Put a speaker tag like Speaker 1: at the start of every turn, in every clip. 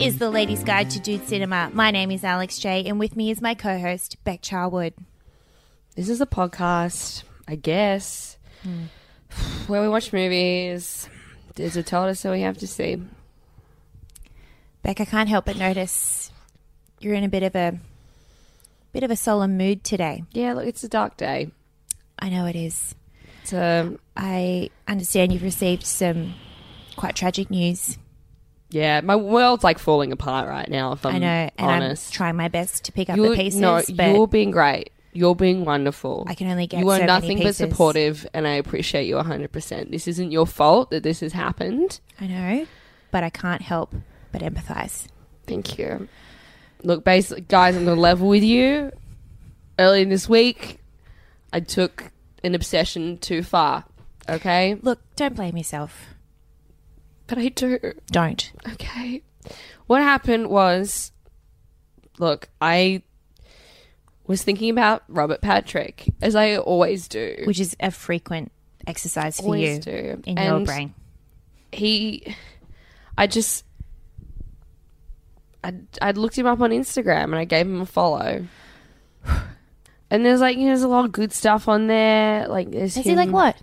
Speaker 1: is The Lady's Guide to Dude Cinema. My name is Alex J, and with me is my co host, Beck Charwood.
Speaker 2: This is a podcast, I guess,
Speaker 1: Hmm.
Speaker 2: where we watch movies. Is it told us that we have to see?
Speaker 1: Beck, I can't help but notice you're in a bit of a bit of a solemn mood today.
Speaker 2: Yeah, look, it's a dark day.
Speaker 1: I know it is.
Speaker 2: It's um,
Speaker 1: I understand you've received some quite tragic news.
Speaker 2: yeah, my world's like falling apart right now. If I'm
Speaker 1: I know, and
Speaker 2: honest,
Speaker 1: I'm trying my best to pick up
Speaker 2: you're,
Speaker 1: the pieces,
Speaker 2: no,
Speaker 1: but
Speaker 2: you're being great. You're being wonderful.
Speaker 1: I can only get
Speaker 2: you are
Speaker 1: so many
Speaker 2: nothing but
Speaker 1: pieces.
Speaker 2: supportive, and I appreciate you 100. percent This isn't your fault that this has happened.
Speaker 1: I know, but I can't help but empathize.
Speaker 2: Thank you. Look, basically, guys, I'm going to level with you. Earlier this week, I took an obsession too far. Okay?
Speaker 1: Look, don't blame yourself.
Speaker 2: But I do.
Speaker 1: Don't.
Speaker 2: Okay. What happened was, look, I was thinking about Robert Patrick, as I always do.
Speaker 1: Which is a frequent exercise for
Speaker 2: always
Speaker 1: you
Speaker 2: do.
Speaker 1: in your
Speaker 2: And-
Speaker 1: brain.
Speaker 2: he i just I, I looked him up on instagram and i gave him a follow and there's like you know, there's a lot of good stuff on there like there's
Speaker 1: Is he like
Speaker 2: him-
Speaker 1: what?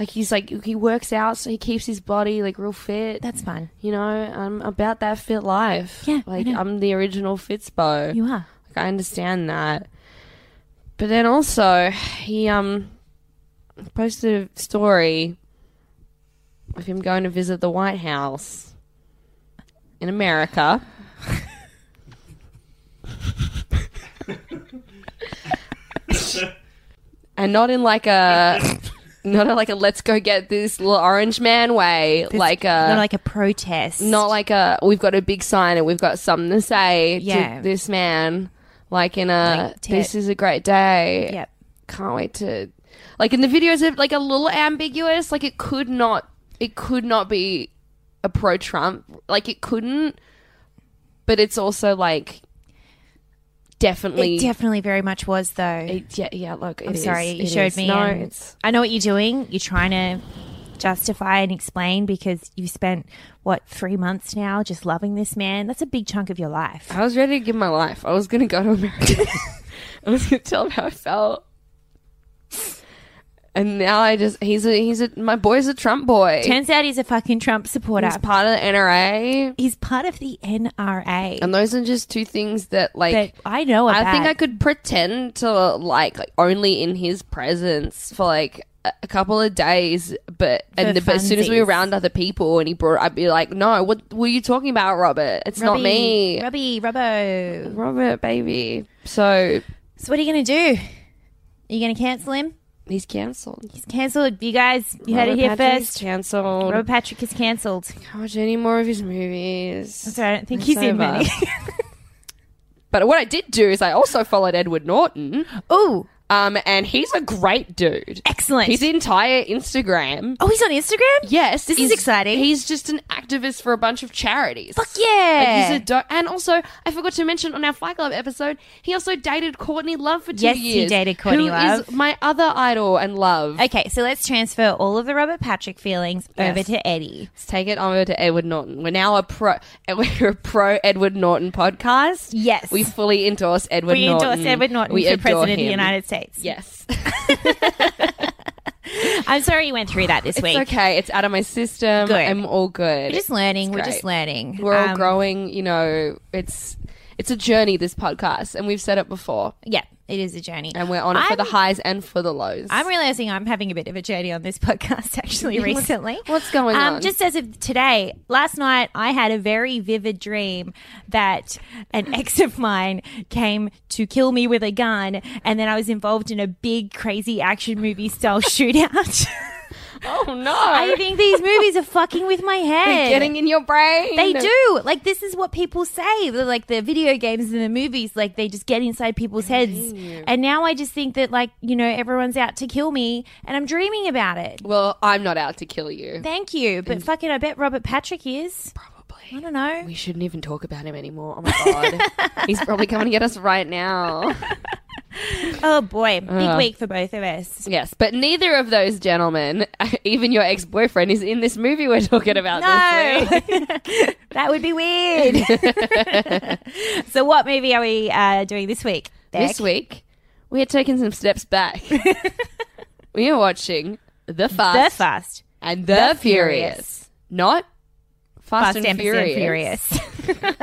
Speaker 2: like he's like he works out so he keeps his body like real fit
Speaker 1: That's fun.
Speaker 2: you know i'm about that fit life
Speaker 1: Yeah, I
Speaker 2: like
Speaker 1: know.
Speaker 2: i'm the original fitspo
Speaker 1: You are.
Speaker 2: like I understand that. But then also he um posted a story of him going to visit the White House in America. and not in like a not in like a let's go get this little orange man way, like uh, a
Speaker 1: Not like a protest.
Speaker 2: not like a we've got a big sign and we've got something to say
Speaker 1: Yeah.
Speaker 2: to this man like in a
Speaker 1: Like, to-
Speaker 2: this is a great day
Speaker 1: Yep.
Speaker 2: can't wait to like in the videos of like a little ambiguous like it could not it could not be a pro trump like it couldn't but it's also like definitely
Speaker 1: It definitely very much was, though.
Speaker 2: it- yeah yeah look
Speaker 1: I'm sorry, you showed me.
Speaker 2: no
Speaker 1: and
Speaker 2: it's
Speaker 1: I know what you're doing. You're trying to justify and explain because you've spent, what, three months now just loving this man? That's a big chunk of your life.
Speaker 2: I was ready to give my life. I was going to go to America. I was going to tell him how I felt. And now I just he's a he's a my boy's a Trump boy.
Speaker 1: Turns out he's a fucking Trump supporter.
Speaker 2: he's part of the NRA.
Speaker 1: He's part of the NRA.
Speaker 2: And those are just two things that
Speaker 1: that
Speaker 2: like
Speaker 1: I know about.
Speaker 2: I think I could pretend to like, like only in his presence for like a a couple of days, but and
Speaker 1: For
Speaker 2: the, but as soon as we were
Speaker 1: funsies.
Speaker 2: around other people and he brought, I'd be like, no, what were you talking about, Robert? It's not me,
Speaker 1: Robbie, Robbo.
Speaker 2: Robert, baby. So
Speaker 1: So what are you going to do? Are you going to cancel him?
Speaker 2: he's cancelled.
Speaker 1: He's cancelled. You guys, you had it
Speaker 2: Robert
Speaker 1: here
Speaker 2: Patrick's
Speaker 1: first.
Speaker 2: Cancelled.
Speaker 1: Robert Patrick is cancelled.
Speaker 2: Can't watch any more of his movies.
Speaker 1: So I don't think he's in
Speaker 2: over.
Speaker 1: many.
Speaker 2: But what I did do is I also followed Edward Norton,
Speaker 1: oh,
Speaker 2: um, and he's a great dude.
Speaker 1: excellent.
Speaker 2: His entire Instagram.
Speaker 1: oh, he's on Instagram?
Speaker 2: Yes,
Speaker 1: This is
Speaker 2: is-
Speaker 1: exciting.
Speaker 2: He's just an activist for a bunch of charities.
Speaker 1: Fuck yeah.
Speaker 2: Like, he's a do- and also, I forgot to mention on our Fight Club episode, he also dated Courtney Love for two
Speaker 1: Yes, he
Speaker 2: years.
Speaker 1: dated Courtney
Speaker 2: who
Speaker 1: Love.
Speaker 2: is my other idol and love.
Speaker 1: okay, so let's transfer all of the Robert Patrick feelings over to Eddie.
Speaker 2: Let's take it over to Edward Norton. We're now a pro. We're a pro Edward Norton podcast.
Speaker 1: Yes.
Speaker 2: we fully endorse Edward.
Speaker 1: We
Speaker 2: Norton.
Speaker 1: endorse Edward Norton
Speaker 2: We
Speaker 1: for
Speaker 2: adore
Speaker 1: President of the
Speaker 2: him.
Speaker 1: United States.
Speaker 2: Yes,
Speaker 1: I'm sorry you went through that this
Speaker 2: it's
Speaker 1: week.
Speaker 2: okay. It's out of my system.
Speaker 1: Good.
Speaker 2: I'm all good.
Speaker 1: We're just learning. We're
Speaker 2: great.
Speaker 1: just learning.
Speaker 2: We're all
Speaker 1: Um,
Speaker 2: growing. You know, it's it's a journey. This podcast, and we've said it before,
Speaker 1: Yeah, it is a journey.
Speaker 2: and we're on it for the
Speaker 1: I'm-
Speaker 2: highs and for the lows.
Speaker 1: I'm realizing I'm having a bit of a journey on this podcast actually recently.
Speaker 2: what's going
Speaker 1: um,
Speaker 2: on?
Speaker 1: Just as of today, last night I had a very vivid dream that an ex of mine came to kill me with a gun, and then I was involved in a big, crazy action movie style shootout.
Speaker 2: oh no,
Speaker 1: I think these movies are fucking with my head.
Speaker 2: They're getting in your brain.
Speaker 1: They do. Like this is what people say. They're Like the video games and the movies, like they just get inside people's heads. And now I just think that like, you know, everyone's out to kill me and I'm dreaming about it.
Speaker 2: Well, I'm not out to kill you.
Speaker 1: Thank you. But fucking I bet Robert Patrick is. I
Speaker 2: Probably.
Speaker 1: don't know.
Speaker 2: We shouldn't even talk about him anymore. Oh my god. He's probably coming to get us right now.
Speaker 1: Oh boy, big
Speaker 2: Ugh.
Speaker 1: week for both of us.
Speaker 2: Yes, but neither of those gentlemen, even your ex boyfriend, is in this movie we're talking about this
Speaker 1: No,
Speaker 2: week.
Speaker 1: that would be weird. so, what movie are we uh, doing this week?
Speaker 2: This
Speaker 1: Beck?
Speaker 2: week, we are taking some steps back. we are watching The Fast,
Speaker 1: the Fast,
Speaker 2: and The,
Speaker 1: The
Speaker 2: Furious.
Speaker 1: Furious.
Speaker 2: Not Fast,
Speaker 1: Fast
Speaker 2: and,
Speaker 1: and
Speaker 2: Furious.
Speaker 1: Furious.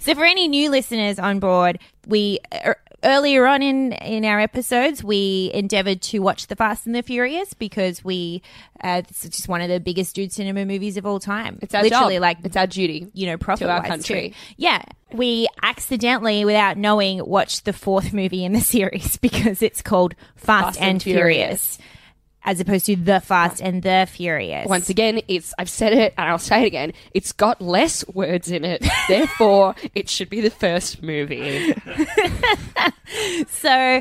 Speaker 1: so, for any new listeners on board, we er, earlier on in in our episodes we endeavored to watch The Fast and the Furious because we uh, it's just one of the biggest dude cinema movies of all time.
Speaker 2: It's our
Speaker 1: literally
Speaker 2: job.
Speaker 1: like
Speaker 2: it's our duty.
Speaker 1: you know, profit
Speaker 2: our
Speaker 1: wise
Speaker 2: country.
Speaker 1: Yeah. We accidentally, without knowing, watched the fourth movie in the series because it's called Fast,
Speaker 2: Fast
Speaker 1: and,
Speaker 2: and
Speaker 1: Furious. as opposed to The Fast and The Furious.
Speaker 2: Once again, it's I've said it and I'll say it again. It's got less words in it, therefore it should be the first movie.
Speaker 1: So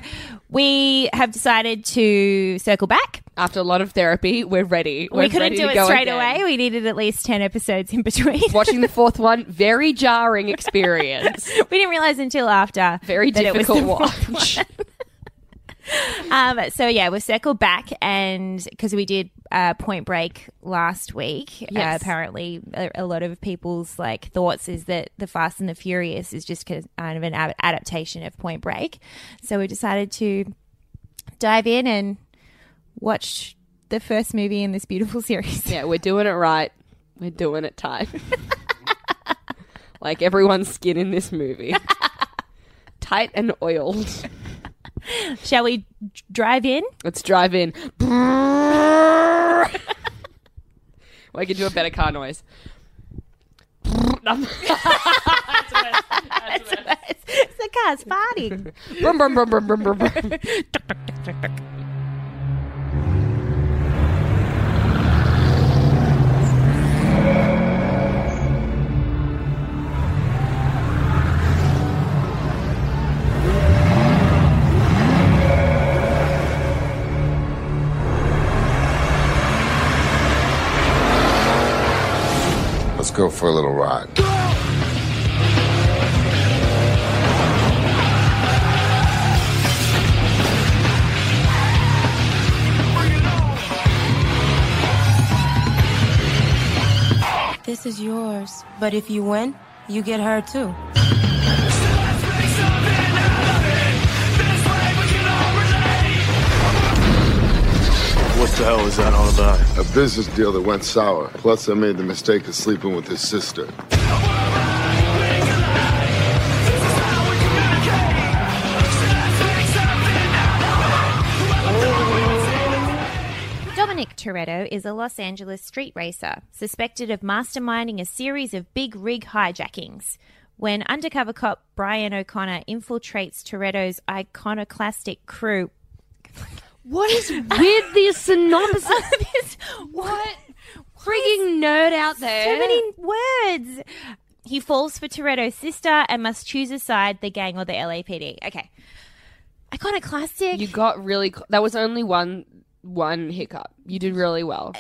Speaker 1: we have decided to circle back.
Speaker 2: After a lot of therapy, we're ready. We're
Speaker 1: we couldn't
Speaker 2: ready
Speaker 1: do
Speaker 2: to
Speaker 1: it
Speaker 2: go
Speaker 1: straight
Speaker 2: again.
Speaker 1: away. We needed at least 10 episodes in between.
Speaker 2: Watching the fourth one, very jarring experience.
Speaker 1: we didn't realize until after.
Speaker 2: Very
Speaker 1: that it was
Speaker 2: difficult
Speaker 1: the
Speaker 2: watch.
Speaker 1: Um, so yeah, we'll circle back and because we did uh, Point Break last week. Uh,
Speaker 2: Yes.
Speaker 1: apparently, a, a lot of people's like thoughts is that the Fast and the Furious is just kind of an ad- adaptation of Point Break. So we decided to dive in and watch the first movie in this beautiful series.
Speaker 2: yeah, we're doing it right. We're doing it tight. like everyone's skin in this movie. tight and oiled.
Speaker 1: Shall we d- drive in?
Speaker 2: Let's drive in. well, I can do a better car noise.
Speaker 1: It's, it's, it's the car's farting.
Speaker 2: Brum, brum, brum, brum, brum, brum, brum.
Speaker 3: Let's go for a little ride.
Speaker 4: This is yours, but if you win, you get her too.
Speaker 5: What the hell is that all about?
Speaker 3: A business deal that went sour. Plus, I made the mistake of sleeping with his sister.
Speaker 1: Dominic Toretto is a Los Angeles street racer suspected of masterminding a series of big rig hijackings. When undercover cop Brian O'Connor infiltrates Toretto's iconoclastic crew.
Speaker 2: What is with these synopsis?
Speaker 1: This- what?
Speaker 2: Frigging nerd out
Speaker 1: So
Speaker 2: there.
Speaker 1: many words. He falls for Toretto's sister and must choose a side the gang or the LAPD. Okay. Iconoclastic.
Speaker 2: You got really. Cl- that was only one one hiccup. You did really well.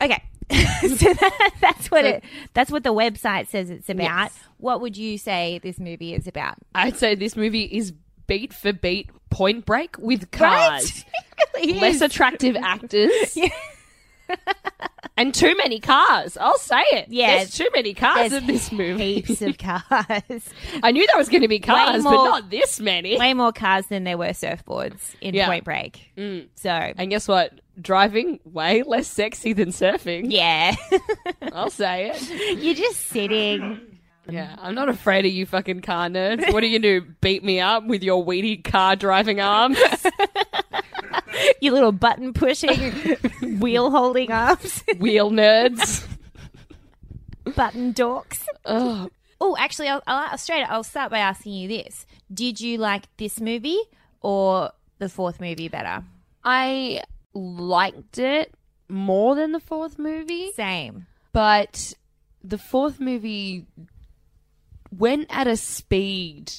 Speaker 1: Okay. so that, that's what it that's what the website says it's about. What would you say this movie is about?
Speaker 2: I'd say this movie is beat for beat Point Break with cars,
Speaker 1: Really
Speaker 2: less
Speaker 1: is.
Speaker 2: attractive actors. And too many cars. I'll say it.
Speaker 1: Yeah.
Speaker 2: There's too many cars
Speaker 1: There's
Speaker 2: in this movie.
Speaker 1: heaps of cars.
Speaker 2: I knew there was going to be cars, but
Speaker 1: more-
Speaker 2: not this many.
Speaker 1: Way more cars than there were surfboards in
Speaker 2: Yeah.
Speaker 1: Point Break. So,
Speaker 2: And guess what? Driving way less sexy than surfing.
Speaker 1: yeah.
Speaker 2: I'll say it.
Speaker 1: You're just sitting.
Speaker 2: Yeah, I'm not afraid of you fucking car nerds. What are you going to do? Beat me up with your weedy car driving arms?
Speaker 1: You little button pushing, wheel holding arms,
Speaker 2: Wheel nerds.
Speaker 1: button dorks.
Speaker 2: Ugh.
Speaker 1: Oh, actually, I'll, I'll, I'll straight. I'll start by asking you this: Did you like this movie or the fourth movie better?
Speaker 2: I liked it more than the fourth movie,
Speaker 1: Same.
Speaker 2: but the fourth movie went at a speed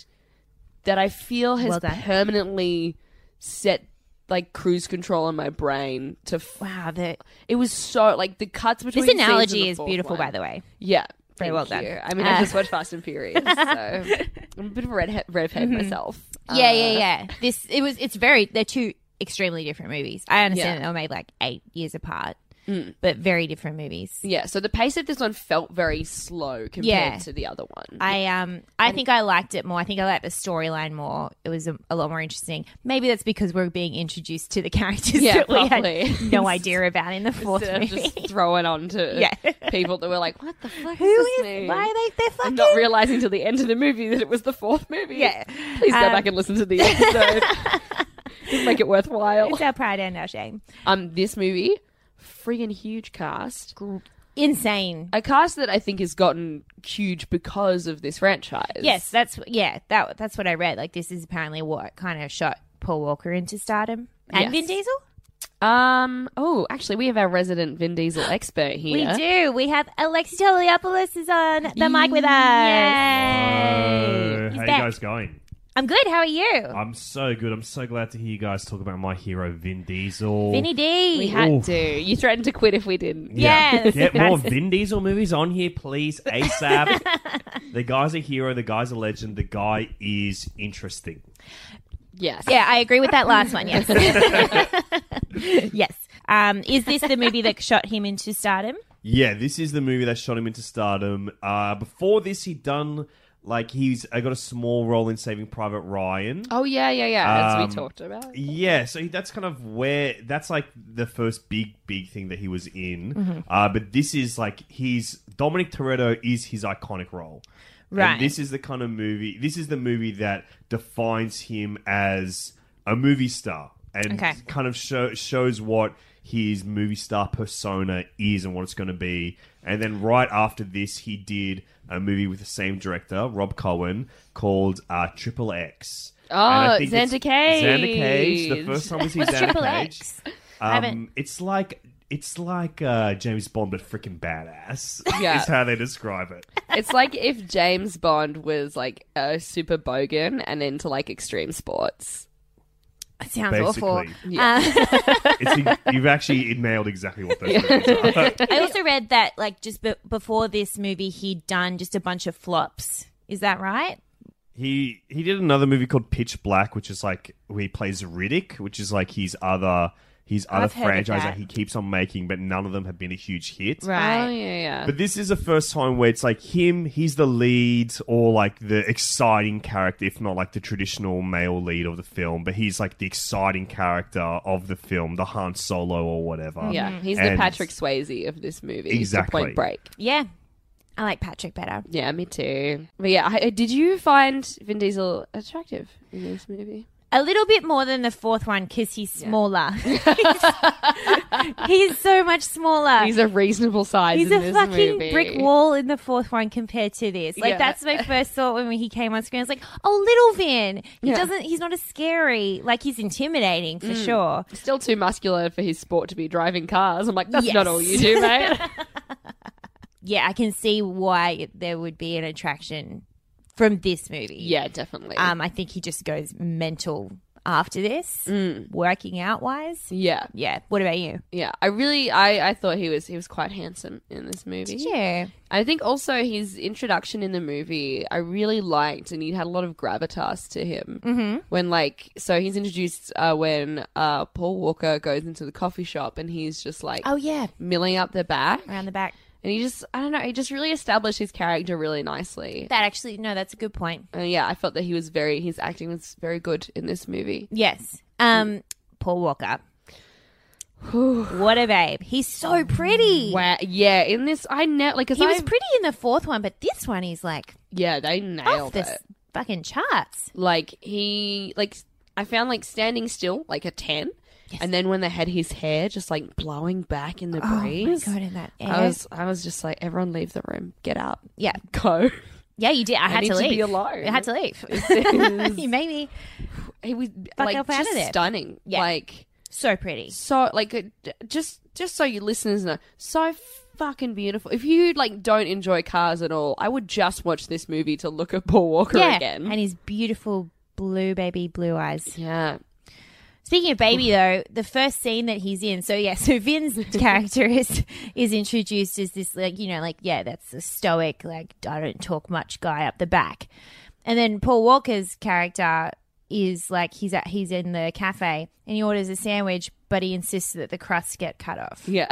Speaker 2: that I feel has
Speaker 1: Well done.
Speaker 2: permanently set like cruise control in my brain to f-
Speaker 1: Wow. The,
Speaker 2: it was so like the cuts between
Speaker 1: this analogy is beautiful, by the way.
Speaker 2: yeah
Speaker 1: Very
Speaker 2: Thank
Speaker 1: well done.
Speaker 2: you. I mean,
Speaker 1: Uh,
Speaker 2: I just watched Fast and Furious, so I'm a bit of a redhead, redhead myself.
Speaker 1: Mm-hmm. yeah,
Speaker 2: Uh,
Speaker 1: yeah, yeah. This it was. It's very. They're two extremely different movies. I understand
Speaker 2: Yeah. Mm.
Speaker 1: that they were made like eight years apart, but very different movies.
Speaker 2: Yeah, so the pace of this one felt very slow compared
Speaker 1: Yeah.
Speaker 2: to the other one.
Speaker 1: I um I think I liked it more. I think I liked the storyline more. It was a, a lot more interesting. Maybe that's because we're being introduced to the characters
Speaker 2: Yeah,
Speaker 1: that we
Speaker 2: probably.
Speaker 1: had no idea about in the fourth
Speaker 2: Instead of
Speaker 1: movie.
Speaker 2: just throwing on to
Speaker 1: Yeah.
Speaker 2: people that were like, what the fuck
Speaker 1: Who
Speaker 2: is this
Speaker 1: is?
Speaker 2: name?
Speaker 1: Why are they? They're fucking.
Speaker 2: and not realizing till the end of the movie that it was the fourth movie.
Speaker 1: Yeah.
Speaker 2: Please go
Speaker 1: Um,
Speaker 2: back and listen to the episode. Just make it worthwhile.
Speaker 1: It's our pride and our shame.
Speaker 2: Um, this movie, friggin' huge cast.
Speaker 1: Insane.
Speaker 2: A cast that I think has gotten huge because of this franchise.
Speaker 1: Yes, that's yeah. That that's what I read. Like this is apparently what kind of shot Paul Walker into stardom and
Speaker 2: Yes.
Speaker 1: Vin Diesel.
Speaker 2: Um. Oh, actually, we have our resident Vin Diesel expert
Speaker 1: We
Speaker 2: here.
Speaker 1: do. We have Alexi Toliopoulos is on the mic with us.
Speaker 6: Hello.
Speaker 1: Yay.
Speaker 6: How
Speaker 1: He's
Speaker 6: you
Speaker 1: back.
Speaker 6: guys going?
Speaker 1: I'm good. How are you?
Speaker 6: I'm so good. I'm so glad to hear you guys talk about my hero Vin Diesel.
Speaker 1: Vinny D.
Speaker 2: We had
Speaker 6: Ooh.
Speaker 2: to. You threatened to quit if we didn't.
Speaker 1: Yes.
Speaker 6: Get more Vin Diesel movies on here, please, ASAP. the guy's a hero. The guy's a legend. The guy is interesting.
Speaker 2: Yes.
Speaker 1: yeah, I agree with that last one. Yes. yes. Um, is this the movie that shot him into stardom?
Speaker 6: Yeah, this is the movie that shot him into stardom. Uh, before this, he'd done like he's I got a small role in Saving Private Ryan.
Speaker 2: Oh yeah, yeah, yeah. As
Speaker 6: Um,
Speaker 2: we talked about.
Speaker 6: Yeah, so he- that's kind of where that's like the first big, big thing that he was in.
Speaker 1: Mm-hmm.
Speaker 6: Uh, but this is like he's Dominic Toretto is his iconic role. And
Speaker 1: Right.
Speaker 6: this is the kind of movie. This is the movie that defines him as a movie star and
Speaker 1: Okay.
Speaker 6: kind of show, shows what his movie star persona is and what it's going to be. And then right after this, he did a movie with the same director, Rob Cohen, called uh, Triple X. And I
Speaker 2: Oh,
Speaker 6: think
Speaker 2: Xander
Speaker 6: it's-
Speaker 2: Cage.
Speaker 6: Xander Cage. The first time we see
Speaker 1: What's
Speaker 6: Xander
Speaker 1: Triple
Speaker 6: Cage.
Speaker 1: X? haven't-
Speaker 6: Um, it's like it's like uh, James Bond, but freaking badass.
Speaker 2: Yeah.
Speaker 6: is how they describe it.
Speaker 2: It's like if James Bond was like a super bogan and into like extreme sports.
Speaker 1: That sounds awful. Um,
Speaker 6: Basically. It's, you've actually nailed exactly what those movies are.
Speaker 1: I also read that like just be- before this movie, he'd done just a bunch of flops. Is that right?
Speaker 6: He he did another movie called Pitch Black, which is like where he plays Riddick, which is like his other his other
Speaker 1: I've heard of
Speaker 6: franchise
Speaker 1: that.
Speaker 6: that he keeps on making, but none of them have been a huge hit.
Speaker 2: Oh yeah, yeah.
Speaker 6: But this is the first time where it's like him, he's the lead or like the exciting character, if not like the traditional male lead of the film, but he's like the exciting character of the film, the Han Solo or whatever.
Speaker 1: Mm.
Speaker 2: yeah, he's the
Speaker 6: And-
Speaker 2: Patrick Swayze of this movie. to
Speaker 6: Exactly.
Speaker 2: Point Break.
Speaker 1: Yeah. I like Patrick better.
Speaker 2: Yeah, me too. But yeah, I, did you find Vin Diesel attractive in this movie?
Speaker 1: A little bit more than the fourth one because he's smaller. he's so much smaller.
Speaker 2: He's a reasonable size.
Speaker 1: Uh, He's
Speaker 2: in
Speaker 1: a
Speaker 2: this
Speaker 1: fucking
Speaker 2: movie.
Speaker 1: brick wall in the fourth one compared to this. Like
Speaker 2: Yeah.
Speaker 1: that's my first thought when he came on screen. I was like, "Oh, little Vin. He
Speaker 2: Yeah.
Speaker 1: doesn't. He's not as scary. Like he's intimidating for sure."
Speaker 2: Still too muscular for his sport to be driving cars. I'm like, that's
Speaker 1: Yes.
Speaker 2: not all you do, mate.
Speaker 1: Yeah, I can see why there would be an attraction from this movie.
Speaker 2: yeah, definitely.
Speaker 1: Um, I think he just goes mental after this, working out wise.
Speaker 2: yeah,
Speaker 1: Yeah. What about you?
Speaker 2: yeah. I really, I, I thought he was, he was quite handsome in this movie.
Speaker 1: Yeah.
Speaker 2: I think also his introduction in the movie I really liked, and he had a lot of gravitas to him. Mm-hmm. When like, so he's introduced uh, when uh, Paul Walker goes into the coffee shop, and he's just like
Speaker 1: Oh yeah.
Speaker 2: milling up the back,
Speaker 1: Around the back.
Speaker 2: and he just I don't know, he just really established his character really nicely.
Speaker 1: That actually no, that's a good point.
Speaker 2: And yeah, I felt that he was very his acting was very good in this movie.
Speaker 1: Yes. Um, Paul Walker. what a babe. He's so pretty.
Speaker 2: Wow, yeah, in this I ne- like 'cause
Speaker 1: He was
Speaker 2: I've-
Speaker 1: pretty in the fourth one, but this one he's like
Speaker 2: yeah they
Speaker 1: off
Speaker 2: nailed
Speaker 1: this
Speaker 2: it.
Speaker 1: fucking charts.
Speaker 2: like he like i found like standing still like a 10 and then when they had his hair just like blowing back in the breeze
Speaker 1: Oh my god, in that air.
Speaker 2: i was i was just like everyone leave the room get out
Speaker 1: yeah,
Speaker 2: go
Speaker 1: yeah, you did. I had
Speaker 2: need
Speaker 1: to
Speaker 2: to
Speaker 1: leave.
Speaker 2: be alone.
Speaker 1: I had to leave.
Speaker 2: is-
Speaker 1: you made me
Speaker 2: he was
Speaker 1: Fuck
Speaker 2: like
Speaker 1: up out of
Speaker 2: just
Speaker 1: there.
Speaker 2: stunning
Speaker 1: Yeah.
Speaker 2: like
Speaker 1: so pretty.
Speaker 2: so like uh, d- just just so you listeners know so fucking beautiful if you like don't enjoy cars at all i would just watch this movie to look at paul walker
Speaker 1: yeah,
Speaker 2: again
Speaker 1: and his beautiful blue baby blue eyes.
Speaker 2: yeah
Speaker 1: Speaking of baby, though, the first scene that he's in. So yeah, so Vin's character is is introduced as this like you know like yeah that's a stoic like I don't talk much guy up the back, and then Paul Walker's character is like he's at he's in the cafe and he orders a sandwich, but he insists that the crusts get cut off.
Speaker 2: Yeah.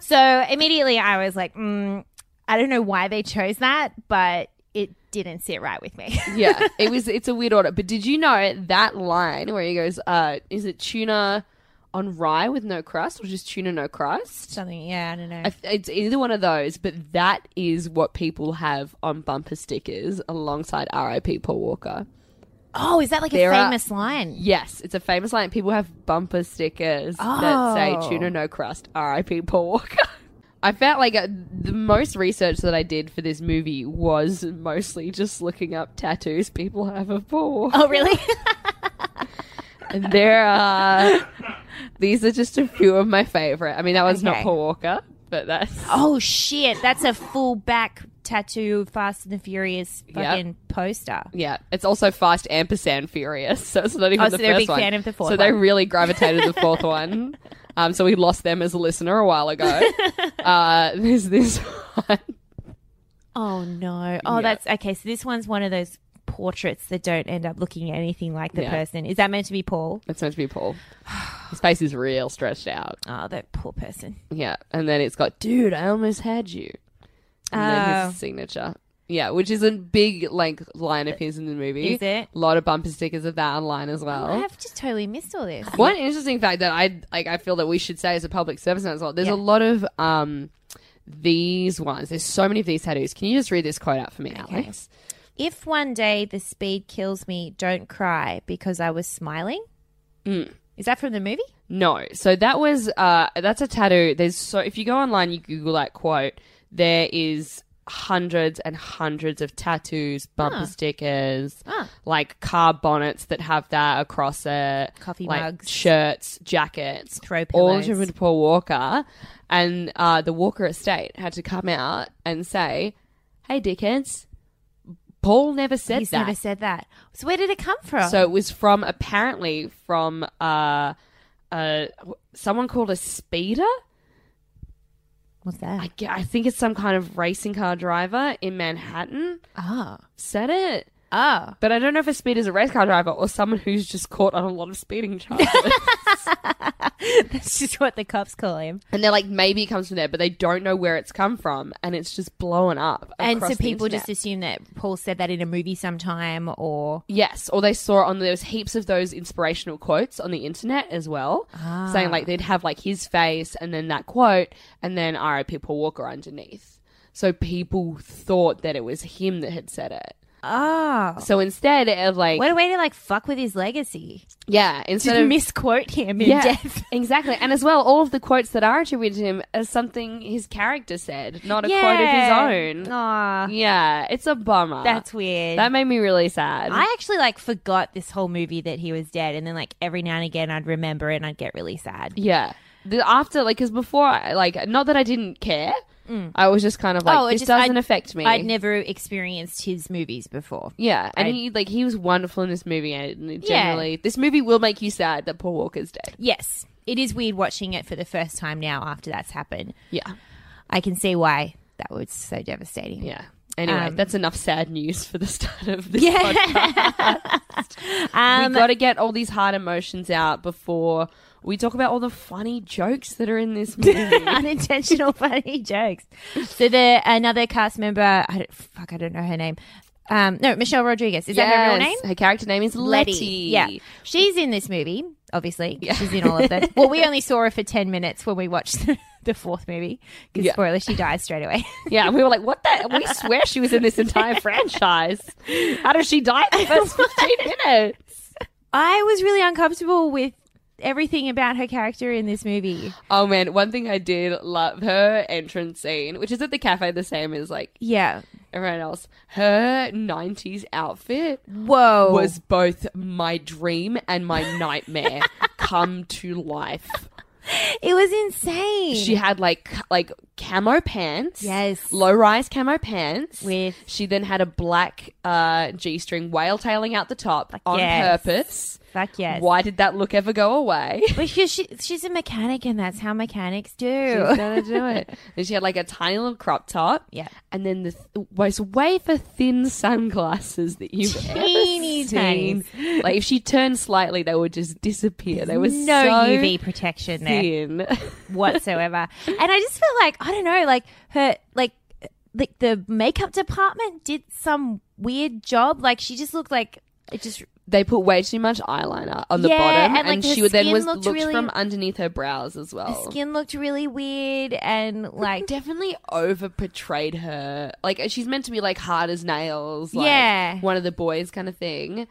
Speaker 1: So immediately I was like, mm, I don't know why they chose that, but it didn't sit right with me.
Speaker 2: yeah. It was it's a weird order. But did you know that line where he goes, uh, is it tuna on rye with no crust or just tuna no crust?
Speaker 1: Something, yeah, I don't know.
Speaker 2: I th- It's either one of those, but that is what people have on bumper stickers alongside R.I.P. Paul Walker.
Speaker 1: oh, is that like a
Speaker 2: There are-
Speaker 1: famous line?
Speaker 2: Yes, it's a famous line. People have bumper stickers that say
Speaker 1: Oh.
Speaker 2: "Tuna No Crust." R.I.P. Paul Walker. I felt like uh, the most research that I did for this movie was mostly just looking up tattoos people have of Paul Walker.
Speaker 1: Oh, really?
Speaker 2: And there are these are just a few of my favorite. I mean, that was not
Speaker 1: Okay.
Speaker 2: Paul Walker, but that's
Speaker 1: oh shit, that's a full back tattoo, Fast and the Furious fucking poster.
Speaker 2: Yeah, it's also fast ampersand furious, so it's not even
Speaker 1: Oh, so
Speaker 2: the
Speaker 1: they're a
Speaker 2: first
Speaker 1: big
Speaker 2: one.
Speaker 1: fan of the fourth
Speaker 2: So they
Speaker 1: one.
Speaker 2: really gravitated to the fourth one. Um, so we lost them as a listener a while ago. uh, there's this one.
Speaker 1: Oh no. Oh, that's okay. So this one's one of those portraits that don't end up looking anything like the
Speaker 2: Yeah.
Speaker 1: person. Is that meant to be Paul?
Speaker 2: It's meant to be Paul. His face is real stretched out.
Speaker 1: Oh, that poor person.
Speaker 2: Yeah, and then it's got, dude, I almost had you. And then
Speaker 1: Oh.
Speaker 2: his signature. Yeah, which is a big like line of his in the movie.
Speaker 1: Is it? Oh,
Speaker 2: A lot of bumper stickers of that online as well.
Speaker 1: I have just totally missed all this.
Speaker 2: One interesting fact that I like, I feel that we should say as a public service announcement. There's
Speaker 1: Yeah.
Speaker 2: a lot of um, these ones. There's so many of these tattoos. Can you just read this quote out for me, Alex?
Speaker 1: If one day the speed kills me, don't cry because I was smiling. Is that from the movie?
Speaker 2: No. So that was uh, that's a tattoo. There's so if you go online, you Google that quote. There is hundreds and hundreds of tattoos, bumper stickers, like car bonnets that have that across it,
Speaker 1: Coffee
Speaker 2: like
Speaker 1: mugs.
Speaker 2: shirts, jackets,
Speaker 1: Throw
Speaker 2: all
Speaker 1: pillows.
Speaker 2: attributed to Paul Walker. And uh, the Walker estate had to come out and say, "Hey, dickheads." Paul never said
Speaker 1: He's
Speaker 2: that.
Speaker 1: never said that. So where did it come from?
Speaker 2: So it was from apparently from uh, uh, someone called a speeder.
Speaker 1: what's that?
Speaker 2: I, ge- I think it's some kind of racing car driver in Manhattan
Speaker 1: Ah,
Speaker 2: said it.
Speaker 1: oh.
Speaker 2: But I don't know if a speeder is a race car driver or someone who's just caught on a lot of speeding charges.
Speaker 1: that's just what the cops call him.
Speaker 2: and they're like, maybe it comes from there, but they don't know where it's come from, and it's just blowing up.
Speaker 1: And
Speaker 2: across
Speaker 1: so
Speaker 2: the
Speaker 1: people
Speaker 2: internet.
Speaker 1: just assume that Paul said that in a movie sometime, or
Speaker 2: Yes, or they saw on there was heaps of those inspirational quotes on the internet as well, saying
Speaker 1: Ah.
Speaker 2: like they'd have like his face and then that quote and then R.I.P. Paul Walker underneath. So people thought that it was him that had said it.
Speaker 1: oh,
Speaker 2: So instead of like,
Speaker 1: what a way to like fuck with his legacy.
Speaker 2: yeah, instead
Speaker 1: To
Speaker 2: of
Speaker 1: misquote him in
Speaker 2: yeah,
Speaker 1: death.
Speaker 2: exactly, and as well, all of the quotes that are attributed to him as something his character said, not a quote of his own.
Speaker 1: Aw,
Speaker 2: Yeah, it's a bummer.
Speaker 1: that's weird.
Speaker 2: that made me really sad.
Speaker 1: I actually like forgot this whole movie that he was dead, and then like every now and again I'd remember it and I'd get really sad.
Speaker 2: Yeah. The after, like, because before, I, like, not that I didn't care, I was Oh, just kind of like,
Speaker 1: Mm. Oh, it
Speaker 2: this
Speaker 1: just-
Speaker 2: doesn't
Speaker 1: I'd-
Speaker 2: affect me.
Speaker 1: I'd never experienced his movies before.
Speaker 2: yeah, and
Speaker 1: I-
Speaker 2: he like he was wonderful in this movie, and
Speaker 1: Yeah.
Speaker 2: generally, this movie will make you sad that Paul Walker's dead.
Speaker 1: Yes, it is weird watching it for the first time now after that's happened.
Speaker 2: Yeah,
Speaker 1: I can see why that was so devastating.
Speaker 2: yeah. Anyway,
Speaker 1: Um,
Speaker 2: that's enough sad news for the start of this
Speaker 1: Yeah.
Speaker 2: podcast.
Speaker 1: Um,
Speaker 2: we got to get all these hard emotions out before we talk about all the funny jokes that are in this movie.
Speaker 1: unintentional funny jokes. So the another cast member, I don't, fuck, I don't know her name. Um, no, Michelle Rodriguez. Is that her real
Speaker 2: Yes,
Speaker 1: name?
Speaker 2: Her character name is Letty.
Speaker 1: Yeah. She's in this movie, obviously. She's in all of them. well, we only saw her for 10 minutes when we watched the, fourth movie. Because,
Speaker 2: Yeah.
Speaker 1: spoiler, she dies straight away.
Speaker 2: Yeah, we were like, what the? We swear she was in this entire franchise. How does she die in the first 15 minutes?
Speaker 1: I was really uncomfortable with everything about her character in this movie.
Speaker 2: Oh man, one thing I did love her entrance scene, which is at the cafe the same as like
Speaker 1: Yeah.
Speaker 2: everyone else. Her 90s outfit
Speaker 1: Whoa.
Speaker 2: was both my dream and my nightmare come to life.
Speaker 1: it was insane.
Speaker 2: She had like like camo pants.
Speaker 1: Yes.
Speaker 2: Low rise camo pants.
Speaker 1: With-
Speaker 2: she then had a black uh G string whale tailing out the top on
Speaker 1: yes.
Speaker 2: purpose.
Speaker 1: Fuck yes.
Speaker 2: Why did that look ever go away?
Speaker 1: Because she, she's a mechanic and that's how mechanics
Speaker 2: She's
Speaker 1: do.
Speaker 2: gonna do it. And she had like a tiny little crop top.
Speaker 1: Yeah.
Speaker 2: And then the th- most wafer thin sunglasses that you've
Speaker 1: Teeny
Speaker 2: ever seen. Like if she turned slightly, they would just disappear. They were
Speaker 1: No
Speaker 2: so
Speaker 1: UV protection there.
Speaker 2: thin.
Speaker 1: whatsoever. and I just feel like I don't know, like her, like like the makeup department did some weird job. Like she just looked like it just
Speaker 2: they put way too much eyeliner on the
Speaker 1: Yeah, and,
Speaker 2: bottom, and,
Speaker 1: like, her
Speaker 2: she would then
Speaker 1: skin
Speaker 2: was
Speaker 1: looked
Speaker 2: looked
Speaker 1: really-
Speaker 2: from underneath her brows as
Speaker 1: the
Speaker 2: well.
Speaker 1: skin looked really weird and like
Speaker 2: definitely over portrayed her. Like uh, she's meant to be like hard as nails, like
Speaker 1: Yeah.
Speaker 2: one of the boys kind of thing.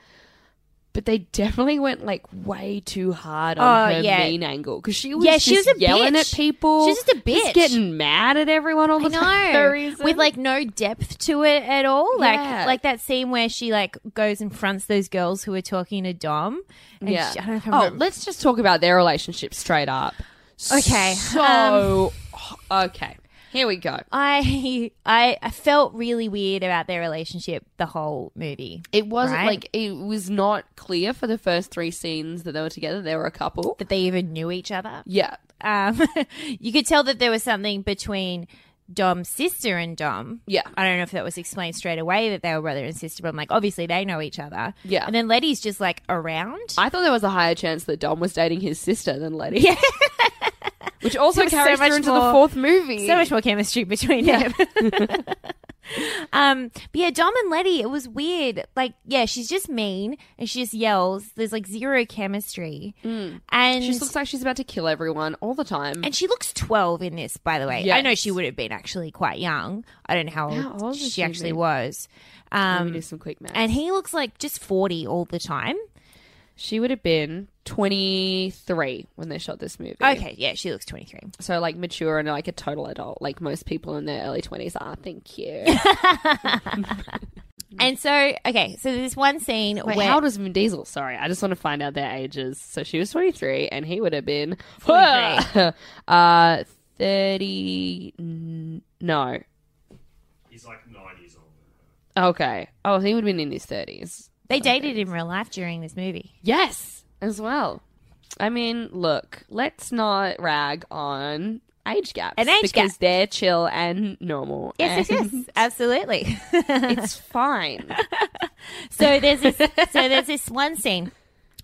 Speaker 2: But they definitely went like way too hard
Speaker 1: Oh,
Speaker 2: on her
Speaker 1: yeah.
Speaker 2: mean angle because she was
Speaker 1: Yeah,
Speaker 2: just
Speaker 1: she was a
Speaker 2: yelling
Speaker 1: bitch.
Speaker 2: at people.
Speaker 1: She's just a bitch.
Speaker 2: getting mad at everyone all the
Speaker 1: I
Speaker 2: time. for
Speaker 1: know
Speaker 2: reason.
Speaker 1: with like no depth to it at all. Like
Speaker 2: Yeah.
Speaker 1: like that scene where she like goes and fronts those girls who are talking to Dom. And
Speaker 2: yeah.
Speaker 1: she- I don't know if I
Speaker 2: oh,
Speaker 1: remember-
Speaker 2: let's just talk about their relationship straight up.
Speaker 1: Okay, um,
Speaker 2: So okay, here we go.
Speaker 1: I, I I felt really weird about their relationship the whole movie.
Speaker 2: It wasn't
Speaker 1: Right.
Speaker 2: like it was not clear for the first three scenes that they were together. They were a couple.
Speaker 1: That they even knew each other.
Speaker 2: Yeah,
Speaker 1: um, you could tell that there was something between Dom's sister and Dom.
Speaker 2: Yeah.
Speaker 1: I don't know if that was explained straight away that they were brother and sister, but I'm like, obviously they know each other.
Speaker 2: Yeah.
Speaker 1: And then Letty's just like around.
Speaker 2: I thought there was a higher chance that Dom was dating his sister than Letty. Yeah. Which also
Speaker 1: was so
Speaker 2: carries
Speaker 1: much
Speaker 2: through into
Speaker 1: more-
Speaker 2: the fourth movie.
Speaker 1: so much more chemistry between them. um, but yeah, Dom and Letty, it was weird. Like, yeah, she's just mean and she just yells. There's like zero chemistry. And
Speaker 2: Mm. she just looks like she's about to kill everyone all the time.
Speaker 1: And she looks 12 in this, by the way. I know she would have been actually quite young. I don't know how,
Speaker 2: How
Speaker 1: old,
Speaker 2: old
Speaker 1: she,
Speaker 2: has she
Speaker 1: actually
Speaker 2: been?
Speaker 1: was.
Speaker 2: Let me
Speaker 1: Um,
Speaker 2: do some quick math.
Speaker 1: and he looks like just 40 all the time.
Speaker 2: she would have been 23 when they shot this movie.
Speaker 1: Okay, yeah, she looks 23.
Speaker 2: So, like, mature and like a total adult, like most people in their early 20s are. Thank you.
Speaker 1: And so, okay, so there's one scene
Speaker 2: Wait,
Speaker 1: where.
Speaker 2: how old was Vin Diesel? Sorry, I just want to find out their ages. So she was 23, and he would have been
Speaker 1: 43.
Speaker 2: uh, 30. n- No.
Speaker 6: He's like nine years old.
Speaker 2: Okay. Oh, he would have been in his 30s.
Speaker 1: they dated in real life during this movie.
Speaker 2: Yes, as well. I mean, look, let's not rag on age gaps.
Speaker 1: An age
Speaker 2: Because
Speaker 1: gap.
Speaker 2: they're chill and normal.
Speaker 1: Yes, yes,
Speaker 2: and
Speaker 1: yes, absolutely.
Speaker 2: It's fine.
Speaker 1: So there's this, so there's this one scene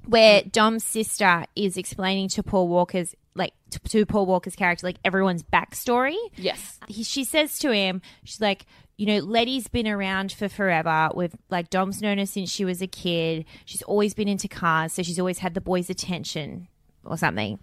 Speaker 1: where Dom's sister is explaining to Paul Walker's like to, to Paul Walker's character like everyone's backstory.
Speaker 2: yes.
Speaker 1: he, she says to him, she's like, you know, Letty's been around for forever. We've like Dom's known her since she was a kid. She's always been into cars, so she's always had the boys' attention or something.